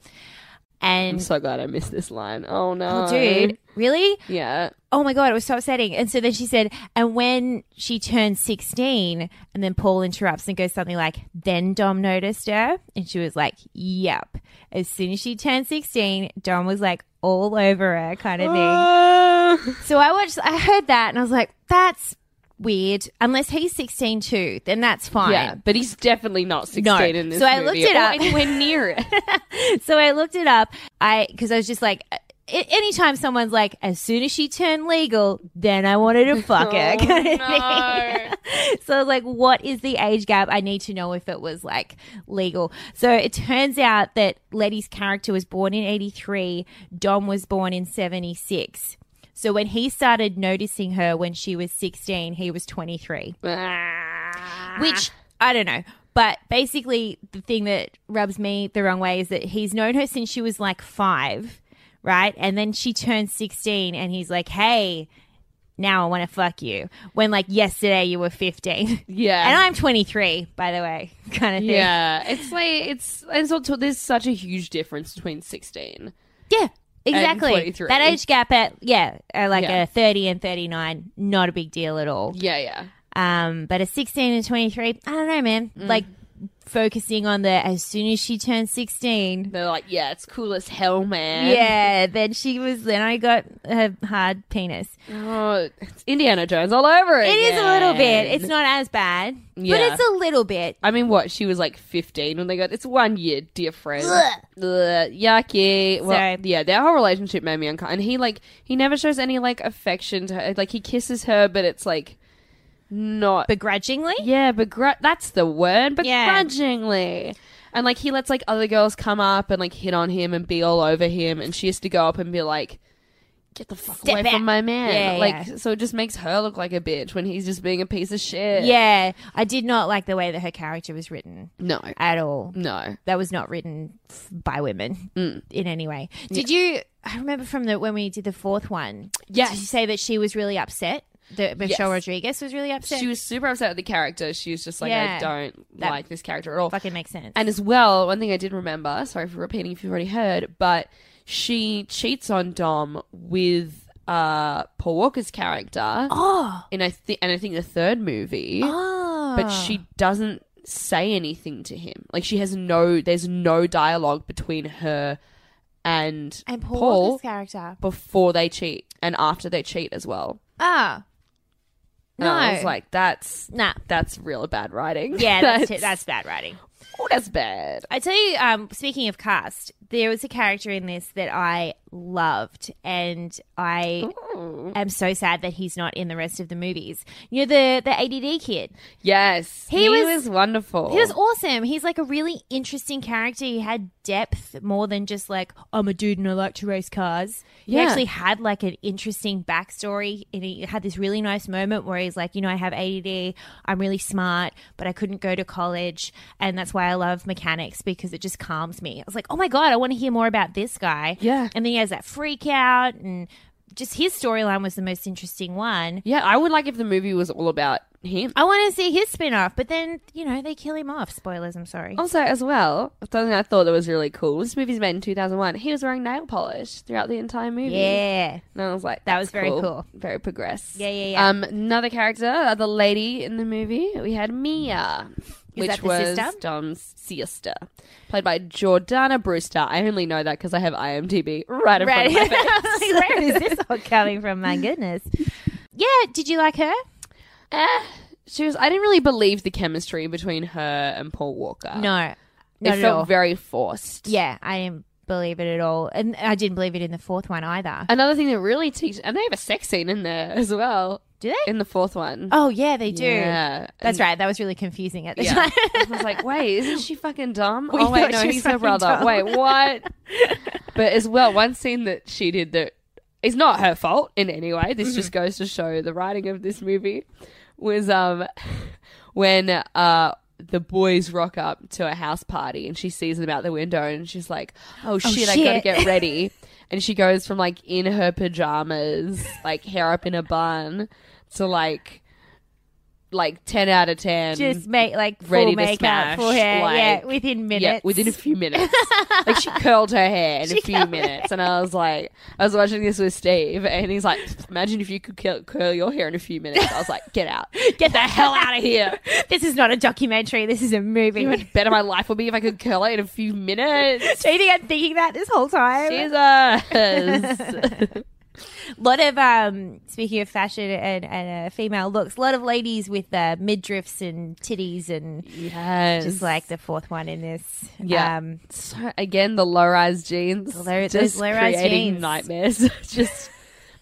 Speaker 2: I'm
Speaker 1: And
Speaker 2: so glad I missed this line. Oh, no.
Speaker 1: oh, dude, really?
Speaker 2: Yeah.
Speaker 1: Oh my god, it was so upsetting. And so then she said, and when she turned sixteen, and then Paul interrupts and goes something like, "Then Dom noticed her," and she was like, "Yep." As soon as she turned sixteen, Dom was like all over her, kind of thing.
Speaker 2: Uh,
Speaker 1: So I watched, I heard that and I was like, that's weird. Unless he's 16 too, then that's fine.
Speaker 2: Yeah, but he's definitely not 16
Speaker 1: No.
Speaker 2: in this
Speaker 1: So I
Speaker 2: movie
Speaker 1: looked it
Speaker 2: or
Speaker 1: up.
Speaker 2: anywhere near it.
Speaker 1: So I looked it up. I, cause I was just like, a- anytime someone's like, as soon as she turned legal, then I wanted to fuck her. kind of thing. so I was like, what is the age gap? I need to know if it was like legal. So it turns out that Letty's character was born in 83. Dom was born in 76. So when he started noticing her when she was 16, he was 23.
Speaker 2: Ah.
Speaker 1: which I don't know. But basically, the thing that rubs me the wrong way is that he's known her since she was like five, right? And then she turned 16 and he's like, hey, now I want to fuck you. When like yesterday you were 15.
Speaker 2: Yeah.
Speaker 1: And I'm 23, by the way, kind of thing.
Speaker 2: yeah, it's like it's it's also, there's such a huge difference between 16.
Speaker 1: Yeah, Exactly.
Speaker 2: 23.
Speaker 1: That age gap at, yeah, at like
Speaker 2: Yeah.
Speaker 1: a 30 and 39, not a big deal at all.
Speaker 2: Yeah, yeah. Mm.
Speaker 1: Um, but a 16 and 23, I don't know, man. Like focusing on the as soon as she turned 16,
Speaker 2: They're like, yeah, it's cool as hell, man.
Speaker 1: Yeah, then she was. Then I got her hard penis.
Speaker 2: Oh, it's Indiana Jones all over
Speaker 1: It
Speaker 2: it.
Speaker 1: is a little bit. It's not as bad, but
Speaker 2: Yeah.
Speaker 1: it's a little bit.
Speaker 2: I mean, what? She was like 15 when they got. It's one year difference. Ugh, yucky. Well,
Speaker 1: So-
Speaker 2: yeah, their whole relationship made me uncomfortable. And he, like, he never shows any, like, affection to her. Like, he kisses her, but it's like. not
Speaker 1: begrudgingly.
Speaker 2: Yeah, begr- that's the word.
Speaker 1: Yeah.
Speaker 2: Begrudgingly. And like he lets like other girls come up and like hit on him and be all over him and she has to go up and be like get the fuck
Speaker 1: Step
Speaker 2: away
Speaker 1: back."
Speaker 2: from my man.
Speaker 1: Yeah,
Speaker 2: like
Speaker 1: yeah.
Speaker 2: so it just makes her look like a bitch when he's just being a piece of shit.
Speaker 1: Yeah, I did not like the way that her character was written
Speaker 2: No.
Speaker 1: at all.
Speaker 2: No.
Speaker 1: That was not written f- by women
Speaker 2: Mm.
Speaker 1: in any way. Did you? I remember from the when we did the fourth one.
Speaker 2: Yes.
Speaker 1: Did you say that she was really upset? That Michelle Rodriguez was really upset.
Speaker 2: She was super upset at the character. She was just like
Speaker 1: Yeah.
Speaker 2: I don't
Speaker 1: That-
Speaker 2: like this character at all.
Speaker 1: fucking makes sense.
Speaker 2: And as well, one thing I did remember, sorry for repeating if you've already heard, but she cheats on Dom with uh Paul Walker's character.
Speaker 1: oh,
Speaker 2: in I think and I think the third movie,
Speaker 1: oh,
Speaker 2: but she doesn't say anything to him. Like she has no there's no dialogue between her and,
Speaker 1: and Paul,
Speaker 2: Paul,
Speaker 1: Walker's character.
Speaker 2: before they cheat and after they cheat as well.
Speaker 1: Ah,
Speaker 2: And I was
Speaker 1: No.
Speaker 2: like that's
Speaker 1: nah.
Speaker 2: that's real bad writing.
Speaker 1: Yeah, that's it. That's bad writing.
Speaker 2: oh, that's bad.
Speaker 1: I tell you, um, speaking of cast, there was a character in this that I loved, and I am so sad that he's not in the rest of the movies. You know, the the ADD kid.
Speaker 2: Yes,
Speaker 1: He
Speaker 2: he,
Speaker 1: was-
Speaker 2: was, wonderful.
Speaker 1: He was awesome. He's like a really interesting character. He had depth more than just like I'm a dude and I like to race cars. He
Speaker 2: Yeah.
Speaker 1: actually had like an interesting backstory, and he had this really nice moment where he's like, you know, I have ADD. I'm really smart, but I couldn't go to college, and that's why I love mechanics because it just calms me. I was like, oh my god, I want to hear more about this guy.
Speaker 2: Yeah.
Speaker 1: and then he has that freak out and. Just his storyline was the most interesting one.
Speaker 2: yeah, I would like if the movie was all about him.
Speaker 1: I want to see his spin off, but then, you know, they kill him off. Spoilers, I'm sorry.
Speaker 2: Also, as well, something I thought that was really cool. This movie's made in 2001. He was wearing nail polish throughout the entire movie.
Speaker 1: Yeah.
Speaker 2: And I was like,
Speaker 1: That
Speaker 2: "That's
Speaker 1: was very cool."
Speaker 2: Very progress.
Speaker 1: Yeah, yeah, yeah.
Speaker 2: Um, another character, uh, the lady in the movie, we had Mia, which
Speaker 1: that the
Speaker 2: was
Speaker 1: sister?
Speaker 2: Dom's sister, played by Jordana Brewster. I only know that because I have IMDb right in
Speaker 1: Right.
Speaker 2: front of me.
Speaker 1: Where is this all coming from? My goodness. Yeah. Did you like her?
Speaker 2: She was. I didn't really believe the chemistry between her and Paul Walker.
Speaker 1: No.
Speaker 2: Uh, it
Speaker 1: Not at
Speaker 2: felt
Speaker 1: all.
Speaker 2: very forced.
Speaker 1: yeah, I didn't believe it at all, and I didn't believe it in the fourth one either.
Speaker 2: Another thing that really teaches, and they have a sex scene in there as well.
Speaker 1: Do they?
Speaker 2: in the fourth one.
Speaker 1: Oh yeah, they do.
Speaker 2: Yeah.
Speaker 1: That's right. That was really confusing at the
Speaker 2: Yeah.
Speaker 1: time.
Speaker 2: I was like, wait, isn't she fucking dumb?
Speaker 1: We
Speaker 2: oh wait,
Speaker 1: thought
Speaker 2: no,
Speaker 1: she was
Speaker 2: he's her
Speaker 1: fucking
Speaker 2: brother.
Speaker 1: dumb.
Speaker 2: Wait, what? but as well, one scene that she did that is not her fault in any way. This just
Speaker 1: Mm-hmm.
Speaker 2: goes to show the writing of this movie was um when uh the boys rock up to a house party and she sees them out the window and she's like, "Oh shit, I gotta
Speaker 1: shit.
Speaker 2: get ready." and she goes from like in her pajamas, like hair up in a bun, to like like ten out of ten,
Speaker 1: Just make like full
Speaker 2: Mm. Ready to
Speaker 1: makeup,
Speaker 2: smash,
Speaker 1: full hair.
Speaker 2: like-
Speaker 1: yeah, within minutes.
Speaker 2: yeah, within a few minutes. like she curled her hair in a few minutes, and I was like, I was watching this with Steve, and he's like, imagine if you could curl, curl your hair in a few minutes. I was like, get out, get the hell out of here.
Speaker 1: This is not a documentary. This is a movie.
Speaker 2: How much better my life would be if I could curl it in a few minutes.
Speaker 1: Do you think I'm thinking that this whole time?
Speaker 2: Jesus.
Speaker 1: lot of um speaking of fashion and, and uh, female looks a lot of ladies with uh, midriffs and titties and
Speaker 2: yes.
Speaker 1: just like the fourth one in this
Speaker 2: Yeah.
Speaker 1: um
Speaker 2: So, again, the low-rise jeans.
Speaker 1: low- those
Speaker 2: just
Speaker 1: low-rise
Speaker 2: creating
Speaker 1: jeans.
Speaker 2: nightmares. just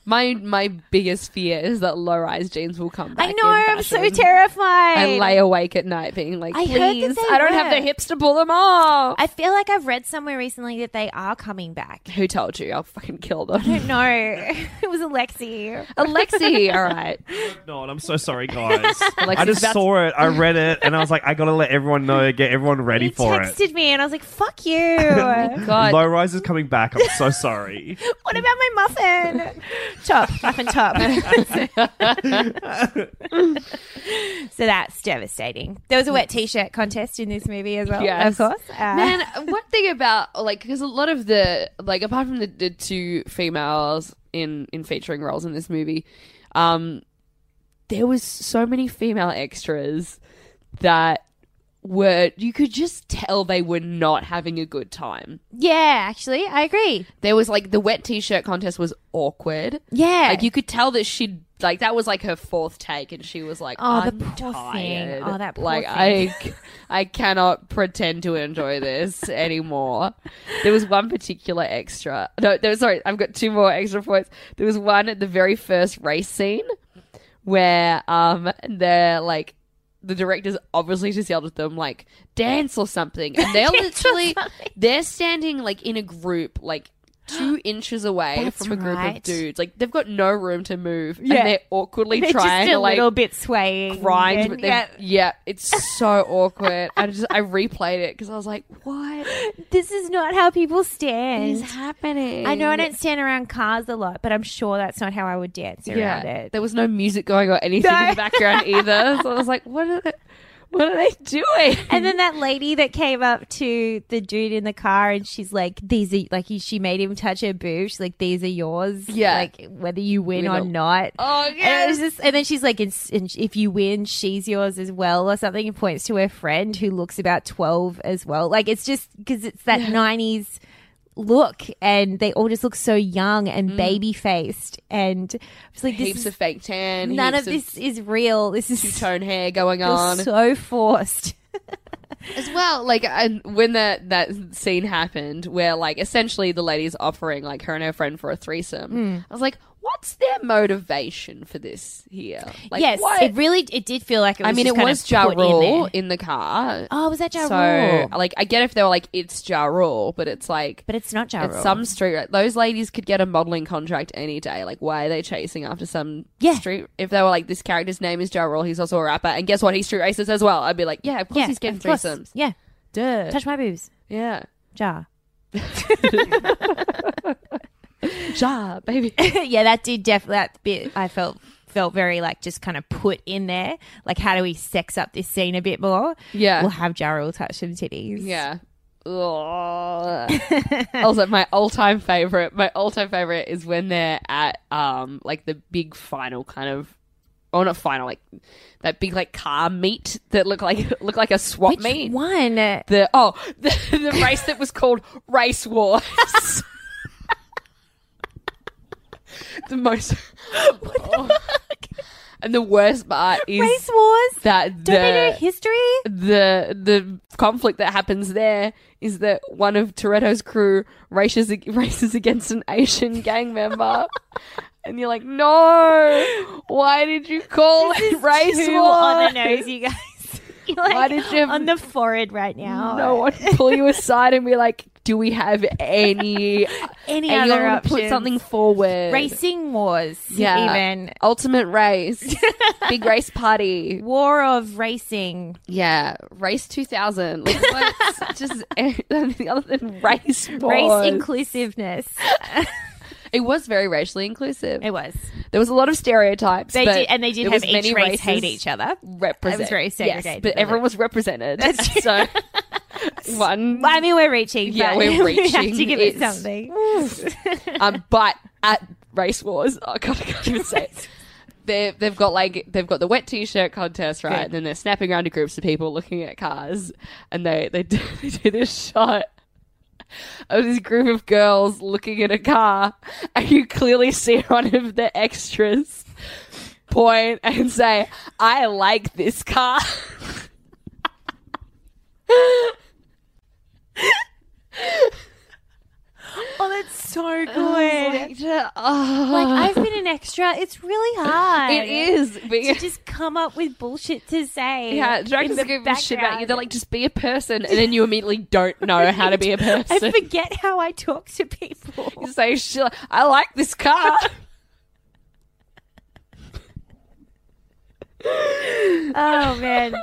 Speaker 2: my my biggest fear is that low-rise jeans will come back.
Speaker 1: i
Speaker 2: in
Speaker 1: know i'm so
Speaker 2: fashion.
Speaker 1: terrified
Speaker 2: I lay awake at night being like,
Speaker 1: I heard that
Speaker 2: please,
Speaker 1: they
Speaker 2: I don't have
Speaker 1: were.
Speaker 2: the hips to pull them off.
Speaker 1: I feel like i've read somewhere recently that they are coming back
Speaker 2: Who told you? I'll fucking kill
Speaker 1: I
Speaker 2: them.
Speaker 1: don't know. it was alexi
Speaker 2: Alexi, all right.
Speaker 6: No, and I'm so sorry, guys. I
Speaker 2: Alexis,
Speaker 6: just
Speaker 2: that's-
Speaker 6: saw it, I read it, and I was like, I gotta let everyone know, get everyone ready
Speaker 1: he
Speaker 6: for
Speaker 1: texted
Speaker 6: it.
Speaker 1: me and i was like fuck you
Speaker 2: God.
Speaker 6: Low rise is coming back. I'm so sorry.
Speaker 1: what about my muffin? top, muffin top. so that's devastating. There was a wet t-shirt contest in this movie as well,
Speaker 2: Yes.
Speaker 1: of course. Uh,
Speaker 2: Man, one thing about like because a lot of the like apart from the, the two females in in featuring roles in this movie, um, there was so many female extras that were you could just tell they were not having a good time.
Speaker 1: yeah, actually, I agree.
Speaker 2: There was like the wet t-shirt contest was awkward.
Speaker 1: Yeah.
Speaker 2: Like you could tell that she like that was like her fourth take, and she was like,
Speaker 1: Oh, the
Speaker 2: "I'm
Speaker 1: poor thing.
Speaker 2: tired.
Speaker 1: Oh, that poor
Speaker 2: like
Speaker 1: thing.
Speaker 2: I, I cannot pretend to enjoy this anymore." There was one particular extra. No, there, sorry, I've got two more extra points. There was one at the very first race scene where um they're like the directors obviously just yelled at them like dance or something, and they're literally they're standing like in a group like. Two inches away
Speaker 1: That's
Speaker 2: from a group
Speaker 1: right.
Speaker 2: of dudes, like they've got no room to move,
Speaker 1: Yeah.
Speaker 2: and they're awkwardly
Speaker 1: They're
Speaker 2: trying
Speaker 1: just a
Speaker 2: to like
Speaker 1: little bit swaying.
Speaker 2: grind.
Speaker 1: and-
Speaker 2: But
Speaker 1: yeah.
Speaker 2: yeah. yeah, it's so awkward. I just I replayed it because I was like, what
Speaker 1: This is not how people stand.
Speaker 2: is happening?
Speaker 1: I know I don't stand around cars a lot, but I'm sure that's not how I would dance around it.
Speaker 2: There was no music going or anything in
Speaker 1: No.
Speaker 2: the background either. So I was like, what are they, what are they doing?
Speaker 1: And then that lady that came up to the dude in the car and she's like, These are like he, she made him touch her boob. She's like, These are yours.
Speaker 2: Yeah.
Speaker 1: Like whether you win
Speaker 2: We
Speaker 1: or
Speaker 2: know.
Speaker 1: not.
Speaker 2: Oh,
Speaker 1: And, it was
Speaker 2: yes.
Speaker 1: just, and then she's like, it's, and if you win, she's yours as well, or something, and points to her friend who looks about 12 as well. Like, it's just because it's that 90s look, and they all just look so young and baby faced. And it's like, this
Speaker 2: Mm. heaps
Speaker 1: is-
Speaker 2: of fake tan,
Speaker 1: none of
Speaker 2: heaps
Speaker 1: this is real. This is so,
Speaker 2: tone hair going on
Speaker 1: so forced.
Speaker 2: as well. Like and when that that scene happened, where like essentially the lady's offering like her and her friend for a threesome,
Speaker 1: Hmm.
Speaker 2: I was like, what's their motivation for this here? Like,
Speaker 1: yes,
Speaker 2: what?
Speaker 1: it really it did feel like it was
Speaker 2: I mean, it
Speaker 1: just kind of
Speaker 2: was Ja
Speaker 1: put in
Speaker 2: Rule
Speaker 1: there.
Speaker 2: in, the car.
Speaker 1: Oh, was that Ja
Speaker 2: so,
Speaker 1: Rule?
Speaker 2: like, I get if they were like, it's Ja Rule, but it's like,
Speaker 1: But it's not Ja
Speaker 2: it's
Speaker 1: Rule.
Speaker 2: some street. ra- Those ladies could get a modeling contract any day. Like, why are they chasing after some
Speaker 1: Yeah.
Speaker 2: street? If they were like, this character's name is Ja Rule, he's also a rapper, and guess what? He's street racist as well. I'd be like, yeah, of course
Speaker 1: yeah,
Speaker 2: he's getting
Speaker 1: of course.
Speaker 2: threesomes.
Speaker 1: Yeah,
Speaker 2: Duh.
Speaker 1: touch my boobs,
Speaker 2: yeah.
Speaker 1: Ja.
Speaker 2: Ja, baby.
Speaker 1: yeah, that did definitely that bit. I felt felt very like just kind of put in there. Like, how do we sex up this scene a bit more?
Speaker 2: Yeah.
Speaker 1: we'll have Ja Rule touch some titties.
Speaker 2: yeah. Ugh. also, my all-time favorite, my all-time favorite is when they're at um like the big final kind of, or not final like that big like car meet that look like look like a swap
Speaker 1: which
Speaker 2: meet.
Speaker 1: one?
Speaker 2: The oh the, the race that was called Race Wars. the most and the worst part is
Speaker 1: Race wars?
Speaker 2: that the
Speaker 1: Don't they do history?
Speaker 2: the the conflict that happens there is that one of Toretto's crew races races against an Asian gang member, and you're like, no, why did you call it race
Speaker 1: Too
Speaker 2: war?
Speaker 1: on the nose, you guys. You're like
Speaker 2: Why did you-
Speaker 1: on the forehead right now?
Speaker 2: No one pull you aside and be like, do we have any?
Speaker 1: Any
Speaker 2: and you
Speaker 1: other
Speaker 2: want to put
Speaker 1: options?
Speaker 2: something forward.
Speaker 1: Racing wars,
Speaker 2: Yeah.
Speaker 1: even
Speaker 2: Ultimate race, big race party.
Speaker 1: war of racing.
Speaker 2: Yeah, race two thousand. Like, what's just anything other than race? wars?
Speaker 1: Race inclusiveness.
Speaker 2: It was very racially inclusive.
Speaker 1: It was.
Speaker 2: There was a lot of stereotypes.
Speaker 1: They
Speaker 2: but
Speaker 1: did, and they did
Speaker 2: there
Speaker 1: have
Speaker 2: was
Speaker 1: each
Speaker 2: many
Speaker 1: race
Speaker 2: races
Speaker 1: hate each other.
Speaker 2: Represent.
Speaker 1: It was very
Speaker 2: Yes,
Speaker 1: segregated,
Speaker 2: but
Speaker 1: wasn't
Speaker 2: everyone
Speaker 1: it?
Speaker 2: was represented. so one.
Speaker 1: I mean, we're reaching.
Speaker 2: Yeah,
Speaker 1: but
Speaker 2: we're
Speaker 1: we have to
Speaker 2: reaching.
Speaker 1: give it
Speaker 2: It's-
Speaker 1: something.
Speaker 2: Um, but at race wars, oh god, I can't even say. it. They, they've got like they've got the wet t-shirt contest right and then they're snapping around to groups of people looking at cars and they they do, they do this shot of this group of girls looking at a car and you clearly see one of the extras point and say i like this car
Speaker 1: Oh, that's so good.
Speaker 2: like, oh,
Speaker 1: like I've been an extra. It's really hard.
Speaker 2: it is being
Speaker 1: to just come up with bullshit to say.
Speaker 2: Yeah,
Speaker 1: in
Speaker 2: directors
Speaker 1: the
Speaker 2: give a shit about you.
Speaker 1: background.
Speaker 2: They're like, just be a person, and then you immediately don't know how to be a
Speaker 1: I
Speaker 2: person.
Speaker 1: forget how I talk to people.
Speaker 2: You say, "Shit, I like this car.
Speaker 1: Oh man,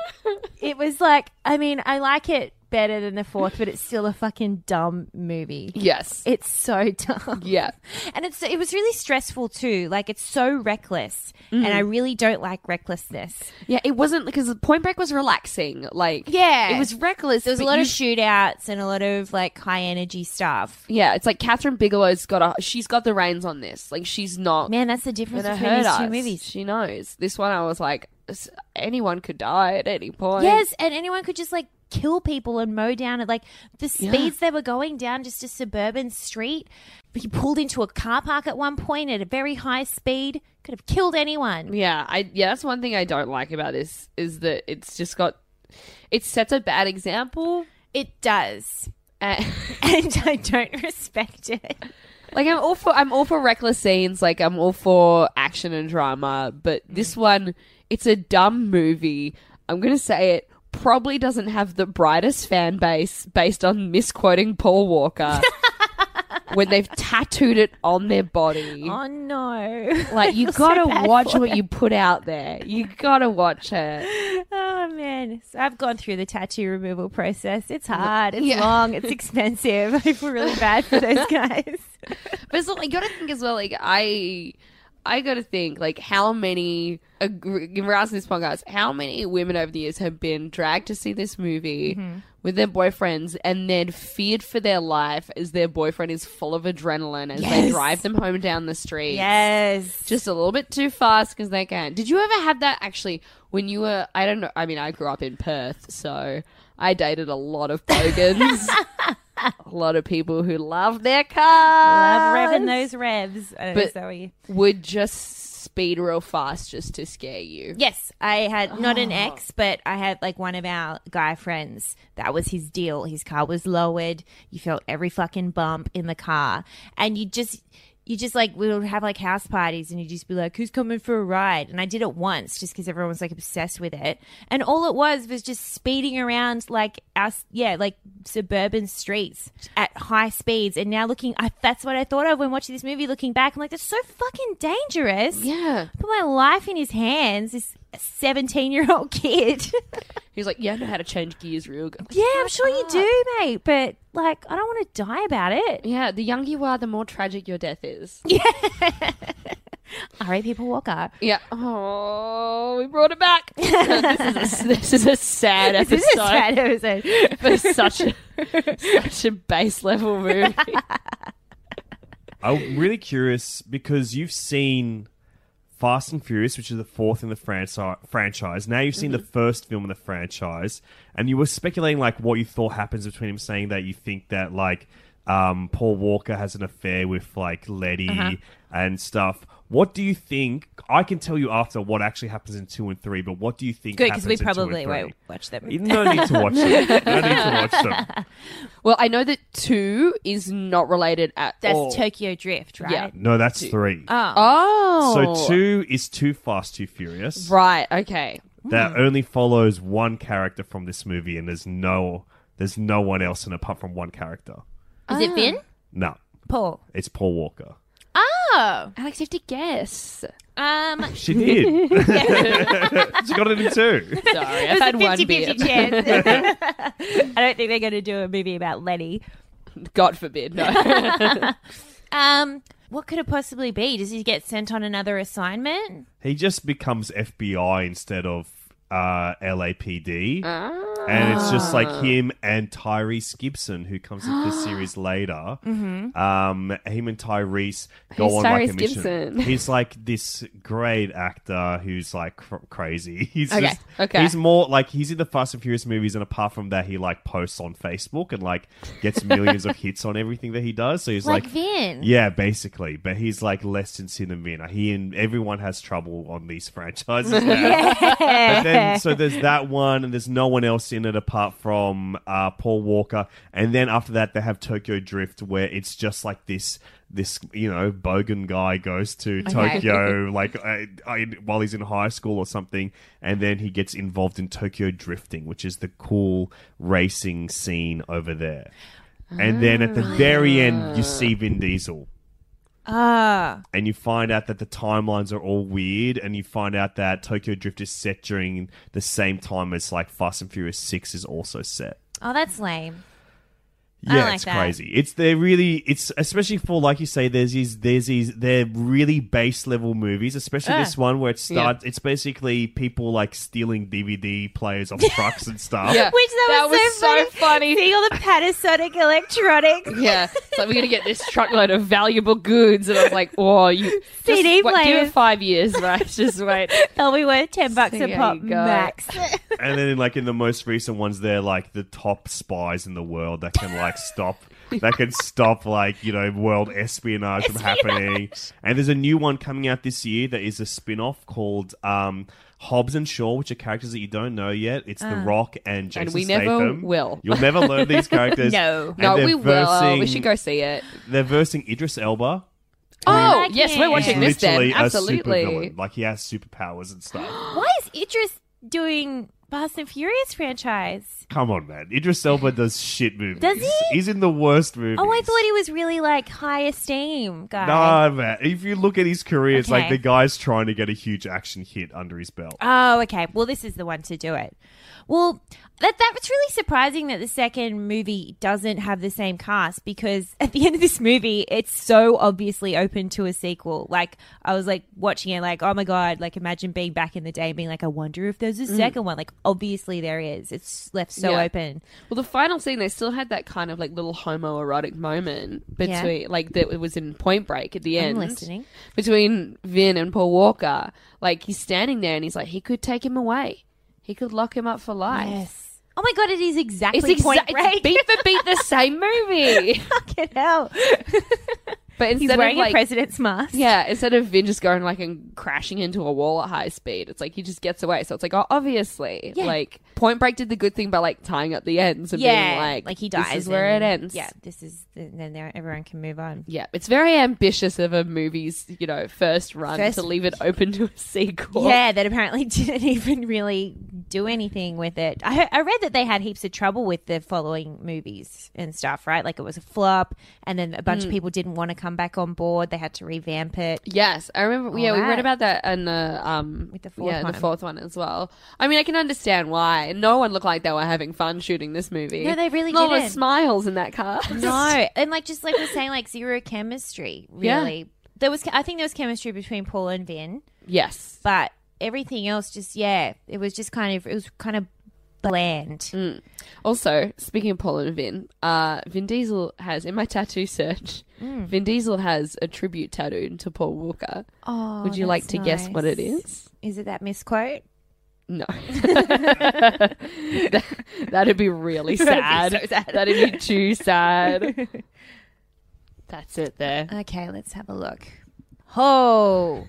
Speaker 1: it was like I mean I like it better than the fourth, but it's still a fucking dumb movie.
Speaker 2: yes.
Speaker 1: It's so dumb.
Speaker 2: Yeah.
Speaker 1: And it's it was really stressful too. Like it's so reckless,
Speaker 2: Mm.
Speaker 1: and I really don't like recklessness.
Speaker 2: Yeah, it wasn't because Point Break was relaxing. Like,
Speaker 1: Yeah.
Speaker 2: It was reckless.
Speaker 1: There was a
Speaker 2: but
Speaker 1: lot
Speaker 2: you-
Speaker 1: of shootouts and a lot of like high energy stuff.
Speaker 2: yeah, it's like Catherine Bigelow's got a. She's got the reins on this. Like, she's not.
Speaker 1: Man, that's the difference
Speaker 2: gonna
Speaker 1: between
Speaker 2: hurt
Speaker 1: these
Speaker 2: us.
Speaker 1: two movies.
Speaker 2: She knows. This one, I was like, "S- anyone could die at any point.
Speaker 1: Yes, and anyone could just like kill people and mow down at like the speeds they were going down just a suburban street. He pulled into a car park at one point at a very high speed, could have killed anyone.
Speaker 2: Yeah, I yeah, that's one thing I don't like about this is that it's just got it sets a bad example.
Speaker 1: It does.
Speaker 2: Uh,
Speaker 1: And I don't respect it.
Speaker 2: Like I'm all for I'm all for reckless scenes. Like I'm all for action and drama, but
Speaker 1: Mm.
Speaker 2: this one, it's a dumb movie. I'm gonna say it probably doesn't have the brightest fan base based on misquoting Paul Walker when they've tattooed it on their body.
Speaker 1: Oh no!
Speaker 2: Like you
Speaker 1: I feel so
Speaker 2: gotta
Speaker 1: bad
Speaker 2: watch
Speaker 1: for
Speaker 2: what
Speaker 1: them.
Speaker 2: you put out there. You gotta watch it.
Speaker 1: Oh man, so I've gone through the tattoo removal process. It's hard. It's
Speaker 2: Yeah.
Speaker 1: long. It's expensive. I feel really bad for those guys.
Speaker 2: But it's like, you gotta think as well. Like I, I gotta think like how many uh, agr- in regards to this podcast, how many women over the years have been dragged to see this movie
Speaker 1: Mm-hmm.
Speaker 2: with their boyfriends and then feared for their life as their boyfriend is full of adrenaline as they
Speaker 1: Yes.
Speaker 2: drive them home down the street.
Speaker 1: yes.
Speaker 2: just a little bit too fast because they can. Did you ever have that actually when you were? I don't know. I mean, I grew up in Perth, so I dated a lot of bogans, a lot of people who love their
Speaker 1: Love
Speaker 2: cars,
Speaker 1: revving those revs. I don't
Speaker 2: But-
Speaker 1: know, Zoe.
Speaker 2: would just speed real fast just to scare you.
Speaker 1: Yes, I had not an ex, but I had like one of our guy friends. That was his deal. His car was lowered. You felt every fucking bump in the car, and you just. You just like we would have like house parties, and you'd just be like, "Who's coming for a ride?" And I did it once, just because everyone was like obsessed with it, and all it was was just speeding around like us, yeah, like suburban streets at high speeds. And now looking, I, that's what I thought of when watching this movie. Looking back, I'm like, "That's so fucking dangerous."
Speaker 2: Yeah,
Speaker 1: put my life in his hands, this 17 year old kid.
Speaker 2: he's like, yeah, I know how to change gears real good.
Speaker 1: yeah, I'm sure you do, mate, but like, I don't want to die about it.
Speaker 2: Yeah, the younger you are, the more tragic your death is.
Speaker 1: All right, people, Walker.
Speaker 2: Yeah. Oh, we brought it back. this, is a, this is a sad episode.
Speaker 1: This is a sad episode.
Speaker 2: for such a such a base level movie.
Speaker 6: I'm really curious because you've seen Fast and Furious, which is the fourth in the franchi- franchise. Now you've
Speaker 1: Mm-hmm.
Speaker 6: seen the first film in the franchise, and you were speculating like what you thought happens between him saying that you think that like um, Paul Walker has an affair with like Letty
Speaker 1: Uh-huh.
Speaker 6: and stuff. What do you think? I can tell you after what actually happens in two and three, but what do you think?
Speaker 1: Good,
Speaker 6: happens
Speaker 1: because we
Speaker 6: in two and
Speaker 1: probably
Speaker 6: three?
Speaker 1: won't watch them.
Speaker 6: No need to watch them. No need to watch them.
Speaker 2: well, I know that two is not related at
Speaker 1: That's
Speaker 2: all.
Speaker 1: Tokyo Drift, right?
Speaker 2: Yeah.
Speaker 6: No, that's three.
Speaker 2: oh,
Speaker 6: so two is too fast, too furious.
Speaker 2: Right. Okay.
Speaker 6: that only follows one character from this movie, and there's no there's no one else in it apart from one character.
Speaker 1: Is it Vin?
Speaker 6: No,
Speaker 1: Ah. Paul.
Speaker 6: it's Paul Walker.
Speaker 1: Oh.
Speaker 2: Alex, you have to guess.
Speaker 1: Um,
Speaker 6: She did. she got it in two.
Speaker 2: Sorry, I've had one beer.
Speaker 1: chance. I don't think they're going to do a movie about Lenny.
Speaker 2: God forbid. No.
Speaker 1: Um, what could it possibly be? Does he get sent on another assignment?
Speaker 6: He just becomes FBI instead of uh, LAPD, and it's just like
Speaker 2: Ah.
Speaker 6: him and Tyrese Gibson, who comes into the series later. Um, him and Tyrese go
Speaker 2: Who's
Speaker 6: on like a
Speaker 2: Mm-hmm. Tyrese
Speaker 6: mission.
Speaker 2: Gibson?
Speaker 6: He's like this great actor who's like cr- crazy. He's
Speaker 2: Okay,
Speaker 6: just
Speaker 2: okay.
Speaker 6: he's more like he's in the Fast and Furious movies, and apart from that, he like posts on Facebook and like gets millions of hits on everything that he does. So he's
Speaker 1: Like,
Speaker 6: like
Speaker 1: Vin?
Speaker 6: yeah, basically. But he's like less than Cinnamon. He and everyone has trouble on these franchises now. But then, so there's that one, and there's no one else in it apart from uh, Paul Walker. And then after that, they have Tokyo Drift, where it's just like this, this you know, bogan guy goes to Tokyo like uh, I, while he's in high school or something, and then he gets involved in Tokyo drifting, which is the cool racing scene over there. And then at the very end, you see Vin Diesel
Speaker 1: Ah.
Speaker 6: and you find out that the timelines are all weird, and you find out that Tokyo Drift is set during the same time as like Fast and Furious Six is also set.
Speaker 1: Oh, that's lame. I
Speaker 6: Yeah,
Speaker 1: like
Speaker 6: it's
Speaker 1: that.
Speaker 6: crazy. It's they're really it's especially for like you say, there's these there's these they're really base level movies, especially this
Speaker 1: Ah.
Speaker 6: one where it starts it's basically people like stealing DVD players off trucks and stuff.
Speaker 2: Yeah.
Speaker 1: Which that,
Speaker 2: That
Speaker 1: was,
Speaker 2: was
Speaker 1: so,
Speaker 2: so
Speaker 1: funny.
Speaker 2: funny.
Speaker 1: Seeing all the Panasonic electronics.
Speaker 2: yeah. So we're gonna get this truckload of valuable goods, and I was like, "Oh, you
Speaker 1: CD
Speaker 2: just, what, Give
Speaker 1: players.
Speaker 2: it five years, right? Just wait."
Speaker 1: They'll be worth ten bucks
Speaker 2: There
Speaker 1: a
Speaker 2: you
Speaker 1: pop
Speaker 2: go.
Speaker 1: max.
Speaker 6: and then like in the most recent ones they're like the top spies in the world that can like stop that can stop like you know world espionage, from happening and there's a new one coming out this year that is a spin-off called um Hobbs and Shaw, which are characters that you don't know yet. It's The Rock and Jason
Speaker 2: Ah. we never
Speaker 6: Statham.
Speaker 2: will.
Speaker 6: You'll never learn these characters.
Speaker 1: No.
Speaker 6: And
Speaker 2: no,
Speaker 6: they're
Speaker 2: we will. We
Speaker 6: versing-
Speaker 2: should go see it.
Speaker 6: They're versing Idris Elba.
Speaker 2: Oh,
Speaker 1: like
Speaker 2: yes,
Speaker 1: it.
Speaker 2: we're watching
Speaker 6: who's
Speaker 2: this then.
Speaker 6: literally a
Speaker 2: Absolutely.
Speaker 6: supervillain. Like he has superpowers and stuff.
Speaker 1: Why is Idris doing Fast and Furious franchise?
Speaker 6: Come on, man. Idris Elba does shit movies.
Speaker 1: Does he?
Speaker 6: He's in the worst movies.
Speaker 1: Oh, I thought he was really like high esteem guy.
Speaker 6: Nah, man. If you look at his career, it's like
Speaker 1: Okay.
Speaker 6: the guy's trying to get a huge action hit under his belt.
Speaker 1: Oh, okay. Well, this is the one to do it. Well, that that was really surprising that the second movie doesn't have the same cast because at the end of this movie, it's so obviously open to a sequel. Like I was like watching it, like oh my god, like imagine being back in the day and being like, I wonder if there's a second one. Like obviously there is. It's left so
Speaker 2: Mm. Yeah.
Speaker 1: open.
Speaker 2: Well, the final scene, they still had that kind of like little homoerotic moment between, like, that it was in Point Break at the end.
Speaker 1: listening.
Speaker 2: Between Vin and Paul Walker. Like, he's standing there and he's like, he could take him away. He could lock him up for life.
Speaker 1: Yes. Oh my god, it is exactly
Speaker 2: It's, exa-
Speaker 1: Point
Speaker 2: it's
Speaker 1: Break.
Speaker 2: beat for beat the same movie.
Speaker 1: Fucking hell.
Speaker 2: But
Speaker 1: He's
Speaker 2: instead
Speaker 1: wearing
Speaker 2: of like,
Speaker 1: a president's mask.
Speaker 2: yeah, instead of Vin just going like and crashing into a wall at high speed, it's like he just gets away. So it's like, oh, obviously,
Speaker 1: Yeah.
Speaker 2: like Point Break did the good thing by like tying up the ends and being like,
Speaker 1: he dies.
Speaker 2: This is where it
Speaker 1: and-
Speaker 2: ends.
Speaker 1: Yeah, this is and then there- everyone can move on.
Speaker 2: Yeah, it's very ambitious of a movie's, you know, first run
Speaker 1: First-
Speaker 2: to leave it open to a sequel.
Speaker 1: Yeah, that apparently didn't even really do anything with it. I, he- I read that they had heaps of trouble with the following movies and stuff, right? Like it was a flop, and then a
Speaker 2: Mm.
Speaker 1: bunch of people didn't want to come back on board. They had to revamp it.
Speaker 2: Yes, I remember. Yeah, we
Speaker 1: right.
Speaker 2: read about that in the um,
Speaker 1: With the fourth
Speaker 2: yeah,
Speaker 1: one.
Speaker 2: the fourth one as well. I mean, I can understand why. No one looked like they were having fun shooting this movie.
Speaker 1: No, they really
Speaker 2: Not A lot
Speaker 1: didn't.
Speaker 2: of smiles in that car.
Speaker 1: No, and like just like we're saying, like zero chemistry.
Speaker 2: Yeah.
Speaker 1: Really, there was. I think there was chemistry between Paul and Vin,
Speaker 2: yes.
Speaker 1: but everything else just yeah, it was just kind of it was kind of bland.
Speaker 2: Mm. Also, speaking of Paul and Vin, uh, Vin Diesel has in my tattoo search,
Speaker 1: Mm.
Speaker 2: Vin Diesel has a tribute tattooed to Paul Walker.
Speaker 1: Oh,
Speaker 2: Would you
Speaker 1: that's
Speaker 2: like to guess what it
Speaker 1: nice.
Speaker 2: is?
Speaker 1: Is it that misquote?
Speaker 2: No. that, that'd be really sad.
Speaker 1: so sad.
Speaker 2: That'd be too sad. That's it there.
Speaker 1: Okay, let's have a look. Ho!
Speaker 2: Oh.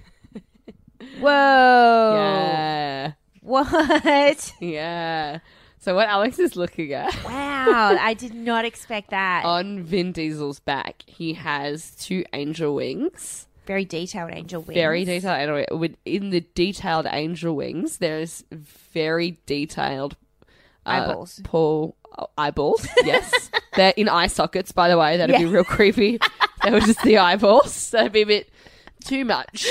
Speaker 1: Whoa!
Speaker 2: Yeah.
Speaker 1: What?
Speaker 2: Yeah. So what Alex is looking at
Speaker 1: Wow! I did not expect that.
Speaker 2: on Vin Diesel's back, he has two angel wings.
Speaker 1: very detailed angel wings.
Speaker 2: Very detailed angel wing- in the detailed angel wings, there's very detailed uh,
Speaker 1: Eyeballs.
Speaker 2: Paul oh, eyeballs. Yes, they're in eye sockets. By the way, that'd be real creepy. they were just the eyeballs. That'd be a bit too much.